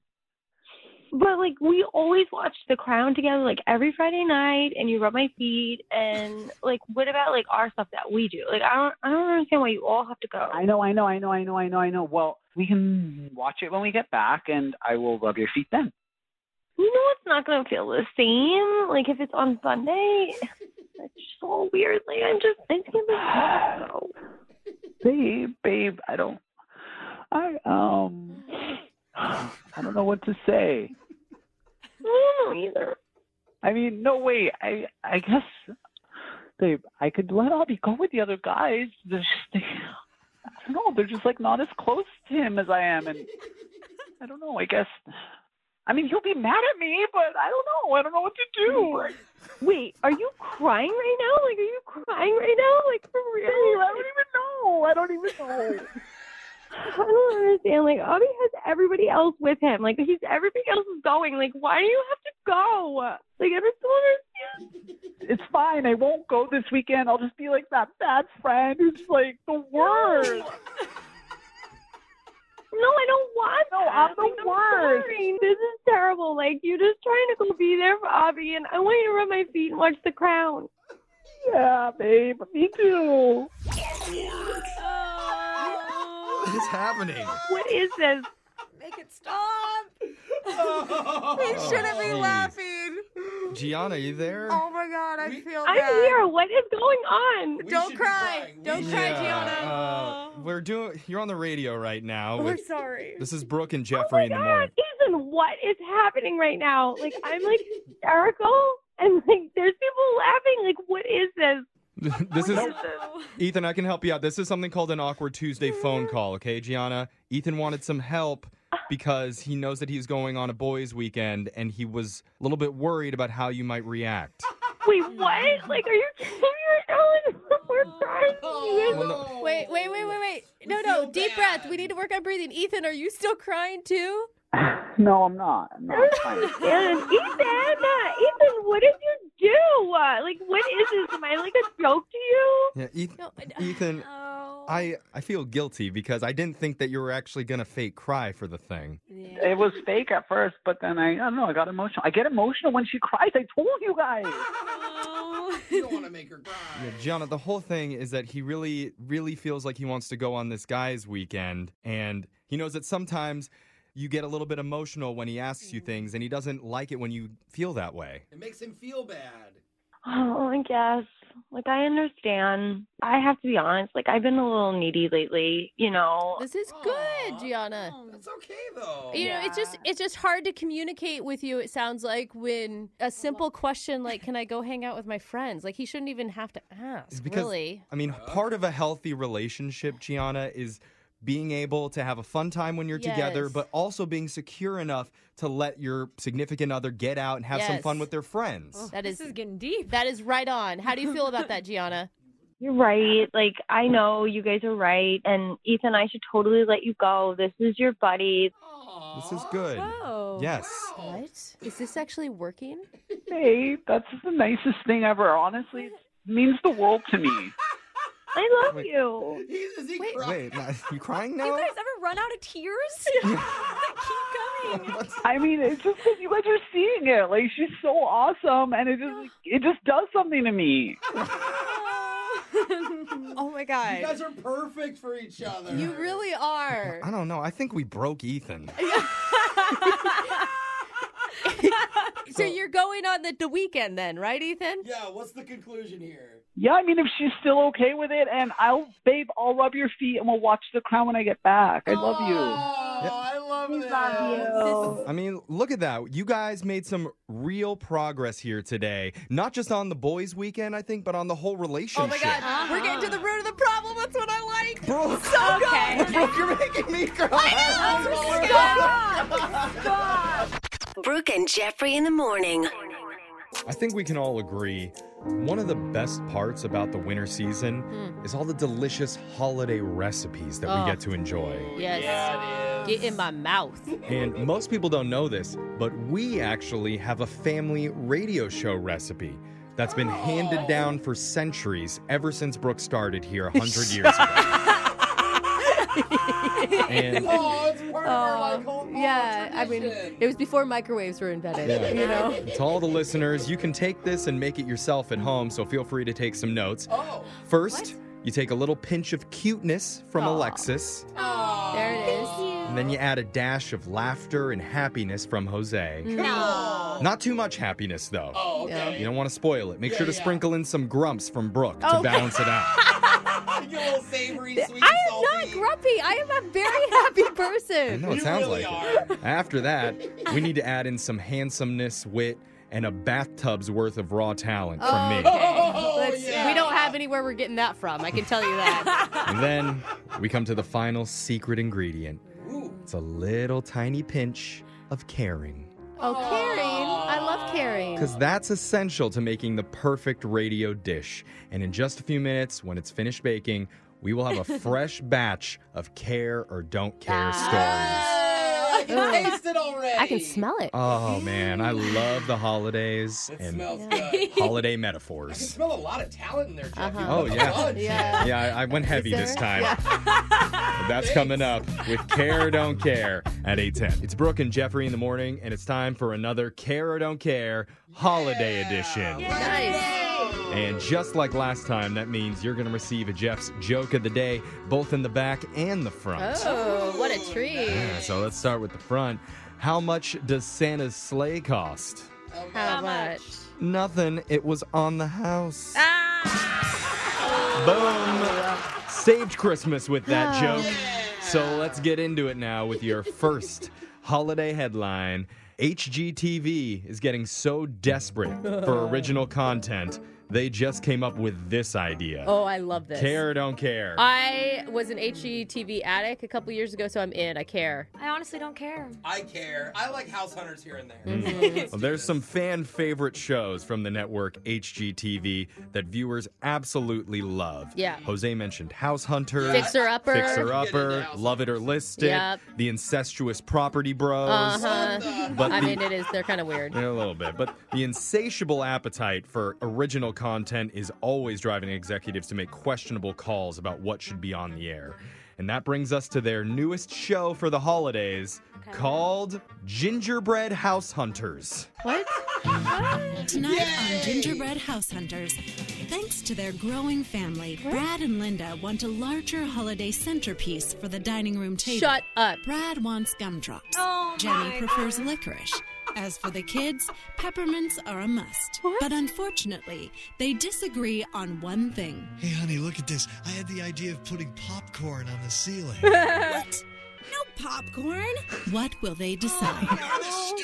L: But like we always watch The Crown together, like every Friday night, and you rub my feet, and like what about like our stuff that we do? Like I don't, I don't understand why you all have to go.
K: I know, I know, I know, I know, I know, I know. Well, we can watch it when we get back, and I will rub your feet then.
L: You know it's not gonna feel the same. Like if it's on Sunday, it's so weird. Like I'm just, I can't believe so.
K: Babe, babe, I don't. I um I don't know what to say.
L: I don't know either.
K: I mean, no way. I I guess babe, I could let Abby go with the other guys. They're just they, I don't know, they're just like not as close to him as I am and I don't know, I guess I mean he'll be mad at me, but I don't know. I don't know what to do.
L: Wait, are you crying right now? Like are you crying right now? Like for real? I don't even know. I don't even
E: Oh,
L: know. I don't understand. Like Abby has everybody else with him. Like he's everybody else is going. Like why do you have to go? Like I just don't understand.
K: It's fine, I won't go this weekend. I'll just be like that bad friend who's like the worst.
L: No, I don't want no, that.
K: I'm the
L: like,
K: worst.
L: I'm sorry. This is terrible. Like you're just trying to go be there for Abby, and I want you to rub my feet and watch The Crown.
K: Yeah, babe, me too.
E: Oh,
A: What is happening?
L: What is this?
M: Make it stop.
A: Oh,
M: he shouldn't be
A: jeez.
M: laughing.
A: Gianna, you there?
M: Oh my god, I feel
L: I'm
M: bad.
L: here. What is going on?
M: Don't cry. Don't cry, Gianna.
A: uh, we're doing. You're on the radio right now.
L: We're
A: with-
L: sorry.
A: This is Brooke and Jeffrey in the
L: God,
A: morning.
L: Ethan, what is happening right now? Like I'm like hysterical, and like there's people laughing. Like what is this?
A: this is
L: What is this?
A: Ethan. I can help you out. This is something called an awkward Tuesday phone call. Okay, Gianna. Ethan wanted some help because he knows that he's going on a boys' weekend, and he was a little bit worried about how you might react.
L: Wait, what? Like, are you kidding me right now? Like, we're crying. You guys-
E: oh.
C: Wait, wait, wait, wait, wait. No, no. Deep breath. We need to work on breathing. Ethan, are you still crying too?
K: No, I'm not. I'm not fine.
L: Ethan, Ethan, uh, Ethan, what did you do? Uh, Like, what is this? Am I like a joke to you?
A: Yeah, Eth- Ethan. I, I feel guilty because I didn't think that you were actually going to fake cry for the thing.
K: It was fake at first, but then I, I don't know. I got emotional. I get emotional when she cries. I told you guys.
D: you don't want to make her cry.
A: Yeah, Gianna, the whole thing is that he really, really feels like he wants to go on this guy's weekend. And he knows that sometimes you get a little bit emotional when he asks
C: Mm-hmm.
A: you things, and he doesn't like it when you feel that way.
D: It makes him feel bad.
L: Oh, I guess. Like I understand. I have to be honest. Like I've been a little needy lately. You know.
C: This is good, Gianna.
D: That's okay though.
C: You know, it's just it's just hard to communicate with you. It sounds like when a simple question like "Can I go hang out with my friends?" Like he shouldn't even have to ask. really,
A: I mean, part of a healthy relationship, Gianna, is being able to have a fun time when you're together,
C: Yes.
A: but also being secure enough to let your significant other get out and have some
C: Yes.
A: fun with their friends.
C: that is getting deep. That is right on. How do you feel about that, Gianna?
L: You're right. Like I know you guys are right, and Ethan, I should totally let you go. This is your buddy.
A: This is good. Yes.
C: What is this actually working?
K: Hey, that's the nicest thing ever. Honestly, it means the world to me.
L: I
A: love
L: you.
A: Wait, wait, not- you crying
E: You
A: now?
E: guys ever run out of tears? Keep coming.
N: I mean, it's just because you guys are seeing it. Like she's so awesome, and it just like, it just does something to me.
C: oh my god,
D: You guys are perfect for each other.
C: you really are.
A: I don't know. I think we broke Ethan.
C: so you're going on the, the weekend then, right, Ethan?
D: Yeah. What's the conclusion here?
N: Yeah, I mean, if she's still okay with it, and I'll, babe, I'll rub your feet, and we'll watch The Crown when I get back. I love you.
D: I love this.
A: I mean, look at that. You guys made some real progress here today. Not just on the boys' weekend, I think, but on the whole relationship.
M: Oh my god, we're getting to the root of the problem. That's what I like.
A: Brooke.
M: So good.
A: Brooke, you're making me cry.
M: I know.
B: Oh,
M: Stop.
B: Brooke and Jeffrey in the morning.
A: I think we can all agree one of the best parts about the winter season
M: Hmm.
A: is all the delicious holiday recipes that
C: Oh.
A: we get to enjoy.
C: Yes. Get in my mouth.
A: And most people don't know this, but we actually have a family radio show recipe that's been
M: Oh.
A: handed down for centuries, ever since Brooke started here 100 years ago. And-
D: Oh, it's part of our like, whole
C: Um, yeah, I mean, it was before microwaves were invented.
A: Yeah.
C: You know,
A: To all the listeners, you can take this and make it yourself at home, so feel free to take some notes. First, you take a little pinch of cuteness from Alexis,
C: there it is.
A: and then you add a dash of laughter and happiness from Jose.
C: No.
A: Not too much happiness, though.
D: Oh, okay.
A: You don't want to spoil it. Make sure to sprinkle in some grumps from Brooke
C: Oh.
A: to balance it out.
D: You little savory, sweet,
C: I am not grumpy. I am a very happy person.
A: I know, it sounds like it. After that, we need to add in some handsomeness, wit, and a bathtub's worth of raw talent from
C: Oh.
A: me.
D: Oh,
C: Okay. Um, Let's- We don't have anywhere we're getting that from. I can tell you that.
A: And then we come to the final secret ingredient. It's a little tiny pinch of caring.
C: oh, caring. I love caring.
A: Because that's essential to making the perfect radio dish. And in just a few minutes, when it's finished baking, we will have a fresh batch of care or don't care stories.
D: I can taste it already.
C: I can smell it.
A: Oh man, I love the holidays
D: It
A: and
D: smells good.
A: holiday
D: I can
A: metaphors.
D: smell a lot of talent in there, Jeff. You
A: Oh
D: put
A: yeah.
D: lunch.
A: Yeah, I I went heavy this time.
D: Yeah.
A: But That's coming up with Care or Don't Care at 810. It's Brooke and Jeffrey in the morning, and it's time for another Care or Don't Care holiday edition.
C: Nice.
A: And just like last time, that means you're going to receive a Jeff's joke of the day, both in the back and the front.
C: Oh, what a treat.
A: Yeah, so let's start with the front. How much does Santa's sleigh cost?
C: How much?
A: Nothing. It was on the house. Boom. Saved Christmas with that
C: Ah.
A: joke. So let's get into it now with your first holiday headline. HGTV is getting so desperate for original content, they just came up with this idea.
C: Oh, I love this.
A: Care or don't care.
C: I was an HGTV addict a couple years ago, so I'm in. I care.
E: I honestly don't care.
D: I care. I like house hunters here and there.
A: Mm.
C: Mm.
A: Well, there's some fan favorite shows from the network HGTV that viewers absolutely love.
C: Yeah.
A: Jose mentioned House Hunter,
C: Fixer Upper.
A: Fixer Upper, Love It or List It,
C: Yep.
A: The Incestuous Property Bros.
C: Uh huh.
A: But
C: I
A: the-
C: mean, it is. They're kind of weird.
A: Yeah, a little bit, but the insatiable appetite for original content is always driving executives to make questionable calls about what should be on the air. And that brings us to their newest show for the holidays called Gingerbread House Hunters.
C: What?
O: Tonight on Gingerbread House Hunters. Thanks to their growing family, Brad and Linda want a larger holiday centerpiece for the dining room table.
C: Shut up.
O: Brad wants gumdrops.
M: Oh,
O: Jenny
M: my
O: prefers licorice. As for the kids, peppermints are a must. But unfortunately, they disagree on one thing.
P: Hey, honey, look at this. I had the idea of putting popcorn on the ceiling.
O: what? No popcorn? What will they decide?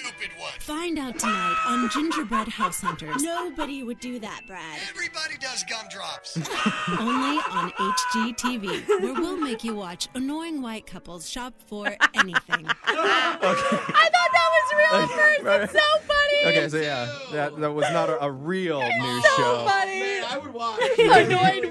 O: Find out tonight on Gingerbread House Hunters.
Q: Nobody would do that, Brad.
P: Everybody does gumdrops.
O: Only on HGTV, where we'll make you watch annoying white couples shop for anything.
C: I thought that was real at first. It's so funny.
A: Okay, so yeah, that, that was not a, a real news
C: so
A: show.
C: funny.
D: I would watch.
C: Annoyed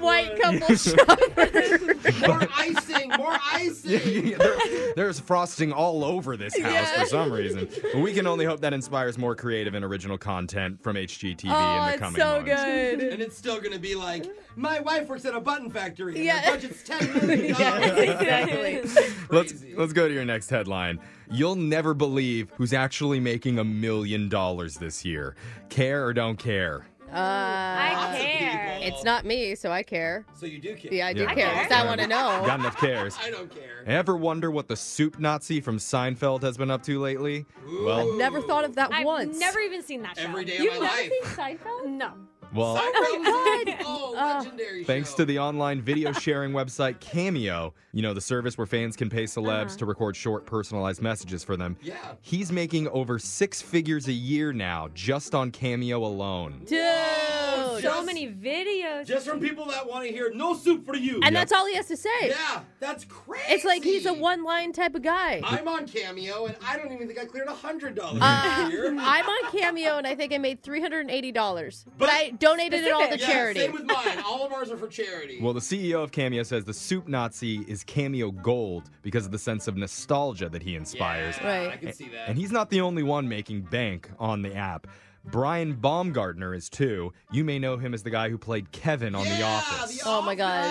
C: white couple shoppers.
D: more icing, more icing.
A: Yeah, there- there's frosting all over this house
D: Yeah.
A: for some reason. But we can only hope that inspires more creative and original content from HGTV
C: Oh,
A: in the coming months.
D: And it's still gonna be like, my wife works at a button factory. And
M: Yeah.
D: yeah. budget's ten million dollars.
M: exactly.
A: Let's let's go to your next headline. You'll never believe who's actually making a million dollars this year. Care or don't care?
C: Uh, I care. It's not me, so I care.
D: So you do care.
C: Yeah, I do care. 'cause I want to know.
A: Got enough cares.
D: I don't care.
A: Ever wonder what the soup Nazi from Seinfeld has been up to lately?
C: I've never thought of that
E: I've
C: once.
E: never even seen that show.
D: Every day of
E: You've
D: my
E: never
D: life.
E: seen Seinfeld? No.
A: well,
E: Oh my god.
D: oh, legendary.
A: Thanks to the online video sharing website Cameo, you know, the service where fans can pay celebs to record short personalized messages for them.
D: Yeah.
A: He's making over six figures a year now just on Cameo alone.
C: Dude,
E: so
D: Just-
E: many videos.
D: Just from people that want to hear no soup for you.
C: And that's all he has to say.
D: Yeah, that's crazy.
C: It's like he's a one-line type of guy.
D: I'm on Cameo, and I don't even think I cleared a hundred dollars
C: Uh,
D: a year.
C: I'm on Cameo, and I think I made three hundred and eighty dollars. But, I donated it all to
D: Yeah,
C: charity.
D: Same with mine. All of ours are for charity.
A: Well, the CEO of Cameo says the soup Nazi is Cameo gold because of the sense of nostalgia that he inspires.
D: Yeah, Right. I can see that.
A: And he's not the only one making bank on the app. Brian Baumgartner is too. You may know him as the guy who played Kevin on The Office.
C: Oh my god,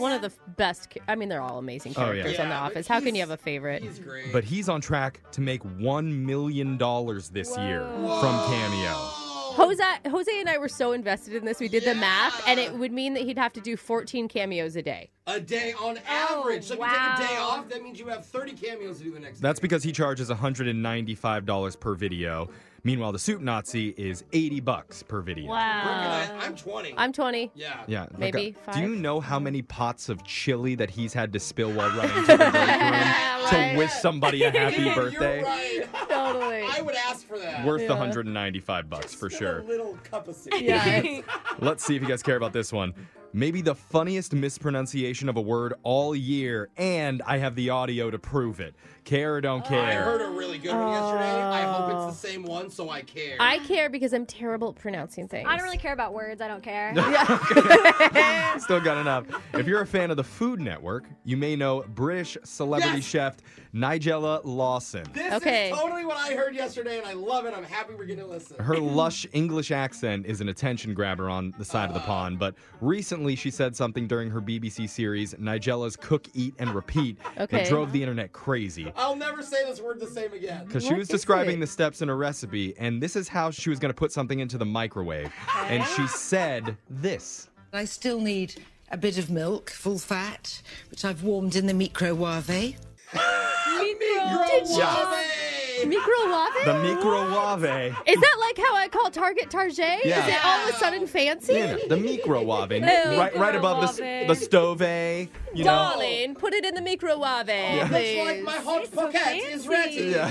C: one of the f- best. ca- I mean, they're all amazing
A: Oh, yeah.
C: characters on The
A: Yeah, but
C: Office. How can you have a favorite?
A: But he's on track to make one million dollars this year from Cameo.
C: Jose, Jose and I were so invested in this. We did the math, and it would mean that he'd have to do fourteen cameos a day.
D: a day on average. So if you take a day
C: Oh, wow.
D: off, that means you have 30 cameos to do the next day.
A: That's because he charges $195 per video. Meanwhile, the soup Nazi is 80 bucks per video.
D: Wow. I'm 20.
C: I'm twenty.
D: Yeah.
A: Yeah, like,
C: Maybe
A: uh,
C: five.
A: Do you know how many pots of chili that he's had to spill while running to the break room to wish somebody a happy
D: You're
A: birthday?
D: right.
C: Totally.
D: I would ask for that.
A: Worth the 195 bucks for sure.
D: A little cup of soup.
C: Yeah.
A: Let's see if you guys care about this one. Maybe the funniest mispronunciation of a word all year, and I have the audio to prove it. Care or don't
D: Oh, I
A: care.
D: heard a really good one yesterday. I hope
C: Oh.
D: it's the same one, so I care.
C: I care because I'm terrible at pronouncing things.
E: I don't really care about words. I don't care.
A: Still got enough. If you're a fan of the Food Network, you may know British celebrity chef Nigella Lawson.
D: This
C: Okay.
D: is totally what I heard yesterday, and I love it. I'm happy we're gonna listen.
A: Her lush English accent is an attention grabber on the side of the pond, but recently she said something during her BBC series, Nigella's Cook, Eat, and Repeat,
D: Okay.
A: that drove the internet crazy.
D: I'll never say this word the same again.
A: Because she was describing the steps in a recipe, and this is how she was going to put something into the microwave. And she said this.
R: I still need a bit of milk, full fat, which I've warmed in the microwave.
C: Did she just- Microwave?
A: The microwave.
C: Is that like how I call Target Target?
A: Yeah.
C: Is it all of a sudden fancy?
A: Yeah, the microwave.
C: Ew.
A: right, right above the, s- the stove, eh? you know.
C: Darling, put it in the microwave,
A: Yeah. Looks
C: please.
D: like my hot It's so pocket is fancy. ready. Oh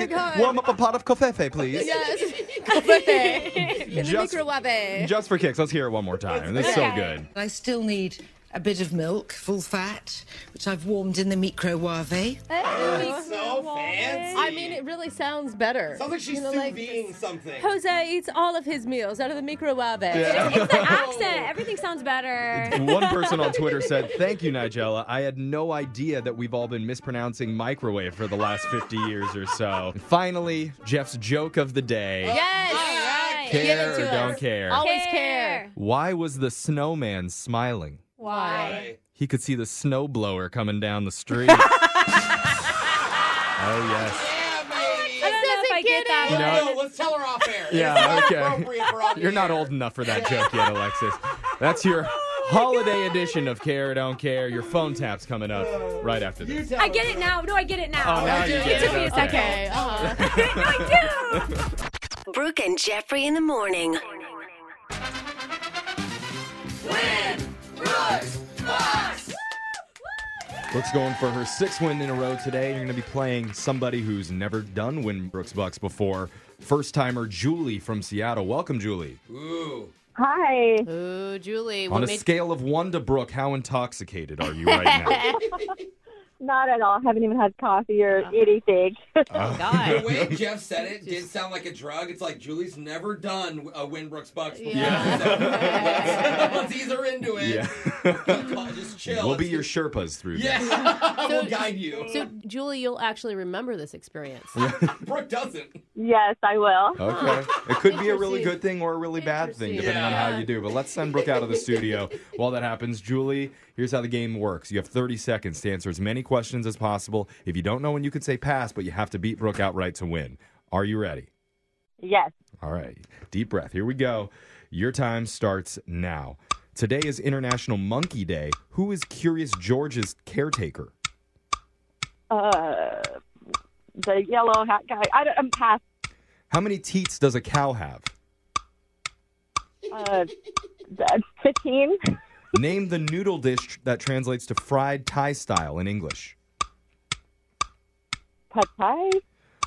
A: Yeah. Warm up a pot of coffee, please.
C: Yes. Coffee.
A: In the Just-
C: microwave.
A: Just for kicks, let's hear it one more time. This is so good.
R: I still need a bit of milk, full fat, which I've warmed in the microwave.
D: so fancy.
C: I mean, it really sounds better.
D: Sounds like she's
C: You know,
D: sous videing something.
C: Jose eats all of his meals out of the microwave.
A: Yeah.
E: It's the accent. Everything sounds better.
A: One person on Twitter said, Thank you, Nigella. I had no idea that we've all been mispronouncing microwave for the last 50 years or so. And finally, Jeff's joke of the day.
C: Yes.
A: Care
C: Give it
A: or
C: to
A: don't
C: us.
A: care.
C: Always care.
A: Why was the snowman smiling?
C: Why?
A: He could see the snowblower coming down the street. oh yes.
E: I don't know if I get that.
A: You know-
D: No, let's tell her off air.
A: Yeah,
D: It's not appropriate for on
A: okay.
D: the
A: You're not
D: air.
A: old enough for that joke yet, Alexis. That's your holiday edition of Care or Don't Care. Your phone tap's coming up right after this.
E: I get it now. No, I get it now.
A: Oh, now you get
E: it took me a
A: it.
E: second.
A: Okay.
B: uh-huh. Brooke and Jeffrey in the morning.
A: Brooke's going for her sixth win in a row today. You're going to be playing somebody who's never done win Brooks Bucks before. First timer Julie from Seattle. Welcome, Julie.
D: Ooh.
C: Hi. Ooh, Julie.
A: On
C: we
A: a
C: made-
A: scale of one to Brooke, how intoxicated are you right now?
L: Not at all. Haven't even had coffee or
I: Uh-huh.
L: anything.
A: Oh.
D: The way Jeff said it did sound like a drug. It's like Julie's never done a Winbrooks Bucks before.
A: Yeah.
D: So let's, let's ease her into it. Just chill.
A: We'll be your Sherpas through
D: Yeah.
A: this.
D: we'll guide you.
C: So, Julie, you'll actually remember this experience.
D: Brooke doesn't.
L: Yes, I will.
A: Okay. It could be a really
C: Interesting.
A: good thing or a really bad thing, depending on how you do. But let's send Brooke out of the studio while that happens. Julie, here's how the game works. You have 30 seconds to answer as many questions as possible. If you don't know when you can say pass, but you have to beat Brooke outright to win. Are you ready?
L: Yes.
A: All right. Deep breath. Here we go. Your time starts now. Today is International Monkey Day. Who is Curious George's caretaker?
L: Uh, the yellow hat guy. I don't, I'm past.
A: How many teats does a cow have?
L: Uh, the- 15.
A: Name the noodle dish that translates to fried Thai style in English.
L: Pad Thai.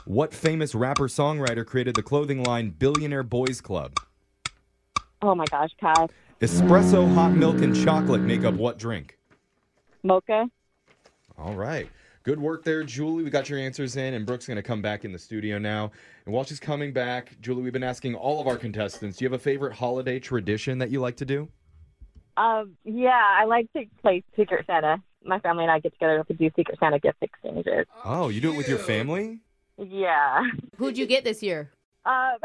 A: What famous rapper songwriter created the clothing line Billionaire Boys Club?
L: Oh my gosh, pass.
A: Espresso, hot milk, and chocolate make up what drink?
L: Mocha.
A: All right. Good work there, Julie. We got your answers in, and Brooke's going to come back in the studio now. And while she's coming back, Julie, we've been asking all of our contestants do you have a favorite holiday tradition that you like to do?
L: Um, yeah, I like to play Secret Santa. My family and I get together to do Secret Santa gift exchanges.
A: Oh, you do it with your family?
L: Yeah.
C: Who'd you get this year?
L: Um,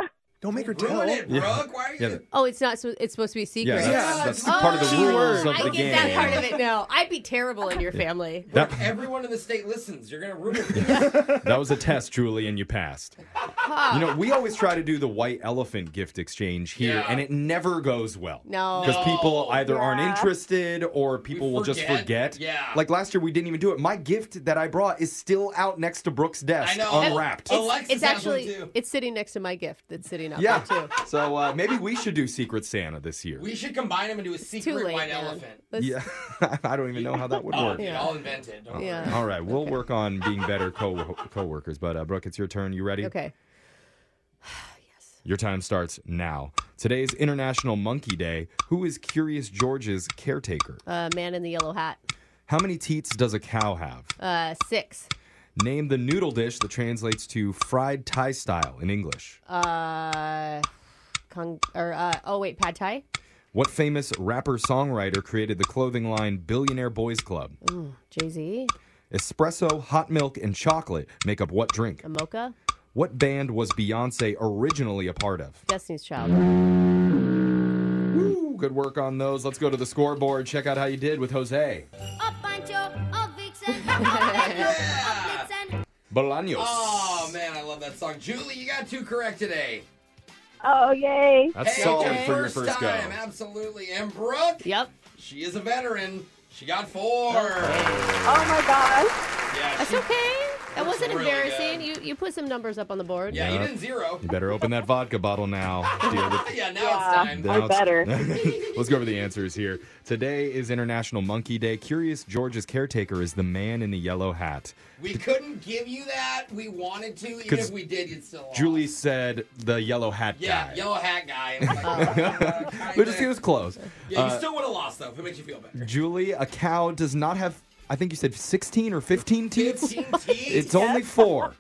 A: Don't make her
C: Ruin it,
A: Yeah.
C: Brooke.
D: Why
A: Yeah, the-
C: Oh, it's not. so- It's supposed to be a secret. Oh,
A: Yeah, that's- Yeah, that's it's part of the not. rules of
C: I
A: the
C: get that
A: game.
C: part of it. No, I'd be terrible in your family.
A: That-
D: Everyone in the state listens. You're going to ruin it.
A: That was a test, Julie, and you passed.
C: Ah.
A: You know, we always try to do the white elephant gift exchange here, and it never goes well.
C: No.
A: Because people either aren't
C: Yeah.
A: interested or people will just forget.
D: Yeah.
A: Like last year, we didn't even do it. My gift that I brought is still out next to Brooke's desk, unwrapped.
C: Oh, It's, it's actually it's sitting next to my gift. That's sitting up
A: yeah.
C: there too.
A: So uh, maybe we should do Secret Santa this year.
D: We should combine them into a secret
C: late,
D: white
C: man.
D: elephant.
A: yeah. I don't even know how that would
D: Oh,
A: work.
D: dude, I'll invent it. Don't
C: Yeah.
D: worry.
A: Oh, All right, we'll work on being better co coworkers. But uh, Brooke, it's your turn. You ready?
C: Okay.
A: Your time starts now. Today is International Monkey Day. Who is Curious George's caretaker?
C: Uh, man in the yellow hat.
A: How many teats does a cow have?
C: Uh, six.
A: Name the noodle dish that translates to fried Thai style in English.
C: Uh, Kung, or uh, oh wait, pad thai.
A: What famous rapper songwriter created the clothing line Billionaire Boys Club?
C: Jay Z.
A: Espresso, hot milk, and chocolate make up what drink?
C: A mocha.
A: What band was Beyonce originally a part of?
C: Destiny's Child.
A: Woo, good work on those. Let's go to the scoreboard. Check out how you did with Jose
M: A Pancho, a Vixen, a Vixen.
A: Bolaños.
D: Oh man, I love that song. Julie, you got two correct today.
L: Oh, yay.
A: That's
D: Hey,
A: solid
D: okay.
A: for your first go.
D: time, absolutely. And Brooke.
C: Yep.
D: She is a veteran. She got four.
L: Oh my gosh.
C: That's okay. That
D: Looks
C: wasn't
D: really
C: embarrassing. You you put some numbers up on the board.
A: Yeah. You better open that vodka bottle now. Deal with-
D: yeah,
L: Uh,
D: now it's time.
A: Now it's- Let's go over the answers here. Today is International Monkey Day. Curious George's caretaker is the man in the yellow hat.
D: We couldn't give you that. We wanted to. Even
A: 'Cause
D: if we did, you'd still.
A: Julie said the yellow hat
D: Yeah,
A: guy.
D: yellow hat guy. It was like-
A: Oh. But just he was close.
D: yeah, you
A: Uh,
D: still would have lost though. If it makes you feel better.
A: Julie, a cow does not have. I think you said 16 or 15 teeth.
D: 15 teeth?
A: It's only four.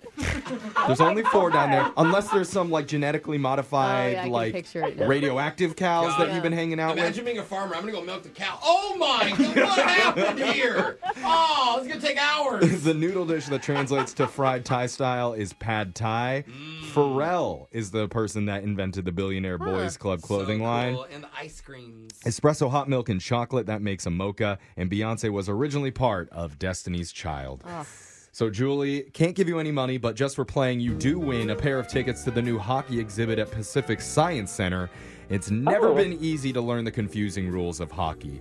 D: Oh
A: There's only four down there, unless there's some like genetically modified,
D: Oh, I can
A: like
D: picture it now.
A: radioactive cows that
D: God.
A: you've been hanging out
D: Imagine
A: with.
D: being a farmer. I'm gonna go milk the cow. Oh my! God, What happened here? Oh, it's gonna take hours.
A: the noodle dish that translates to fried Thai style is pad Thai. Pharrell is the person that invented the Billionaire Boys Club clothing line.
D: And the ice creams.
A: Espresso hot milk and chocolate that makes a mocha, and Beyonce was originally part of Destiny's Child. So, Julie, can't give you any money, but just for playing, you do win a pair of tickets to the new hockey exhibit at Pacific Science Center. It's never
S: Oh.
A: been easy to learn the confusing rules of hockey.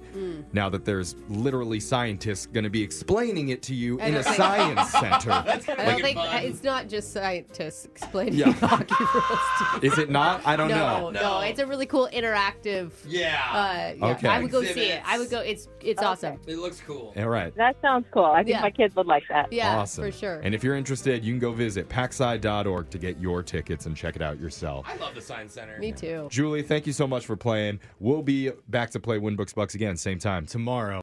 A: Now that there's literally scientists going to be explaining it to you
T: I
A: in a
T: don't think-
A: science center.
T: I
A: Like,
T: don't think it's not just scientists explaining
A: Yeah.
T: hockey rules. to you.
A: Is it not? I don't
T: no,
A: know.
T: No, it's a really cool interactive.
D: Yeah.
T: Uh, yeah.
A: Okay.
T: I would go see it.
D: Exhibits.
T: I would go. It's it's awesome.
D: It looks cool.
A: All right.
T: That sounds cool. I think my
L: kids would like that.
T: Yeah,
A: awesome.
T: for sure.
A: And if you're interested, you can go visit packside.org to get your tickets and check it out yourself.
D: I love the science center.
T: Me too.
A: Julie, thank you so much for playing. We'll be back to play Win Books Bucks again, same time tomorrow.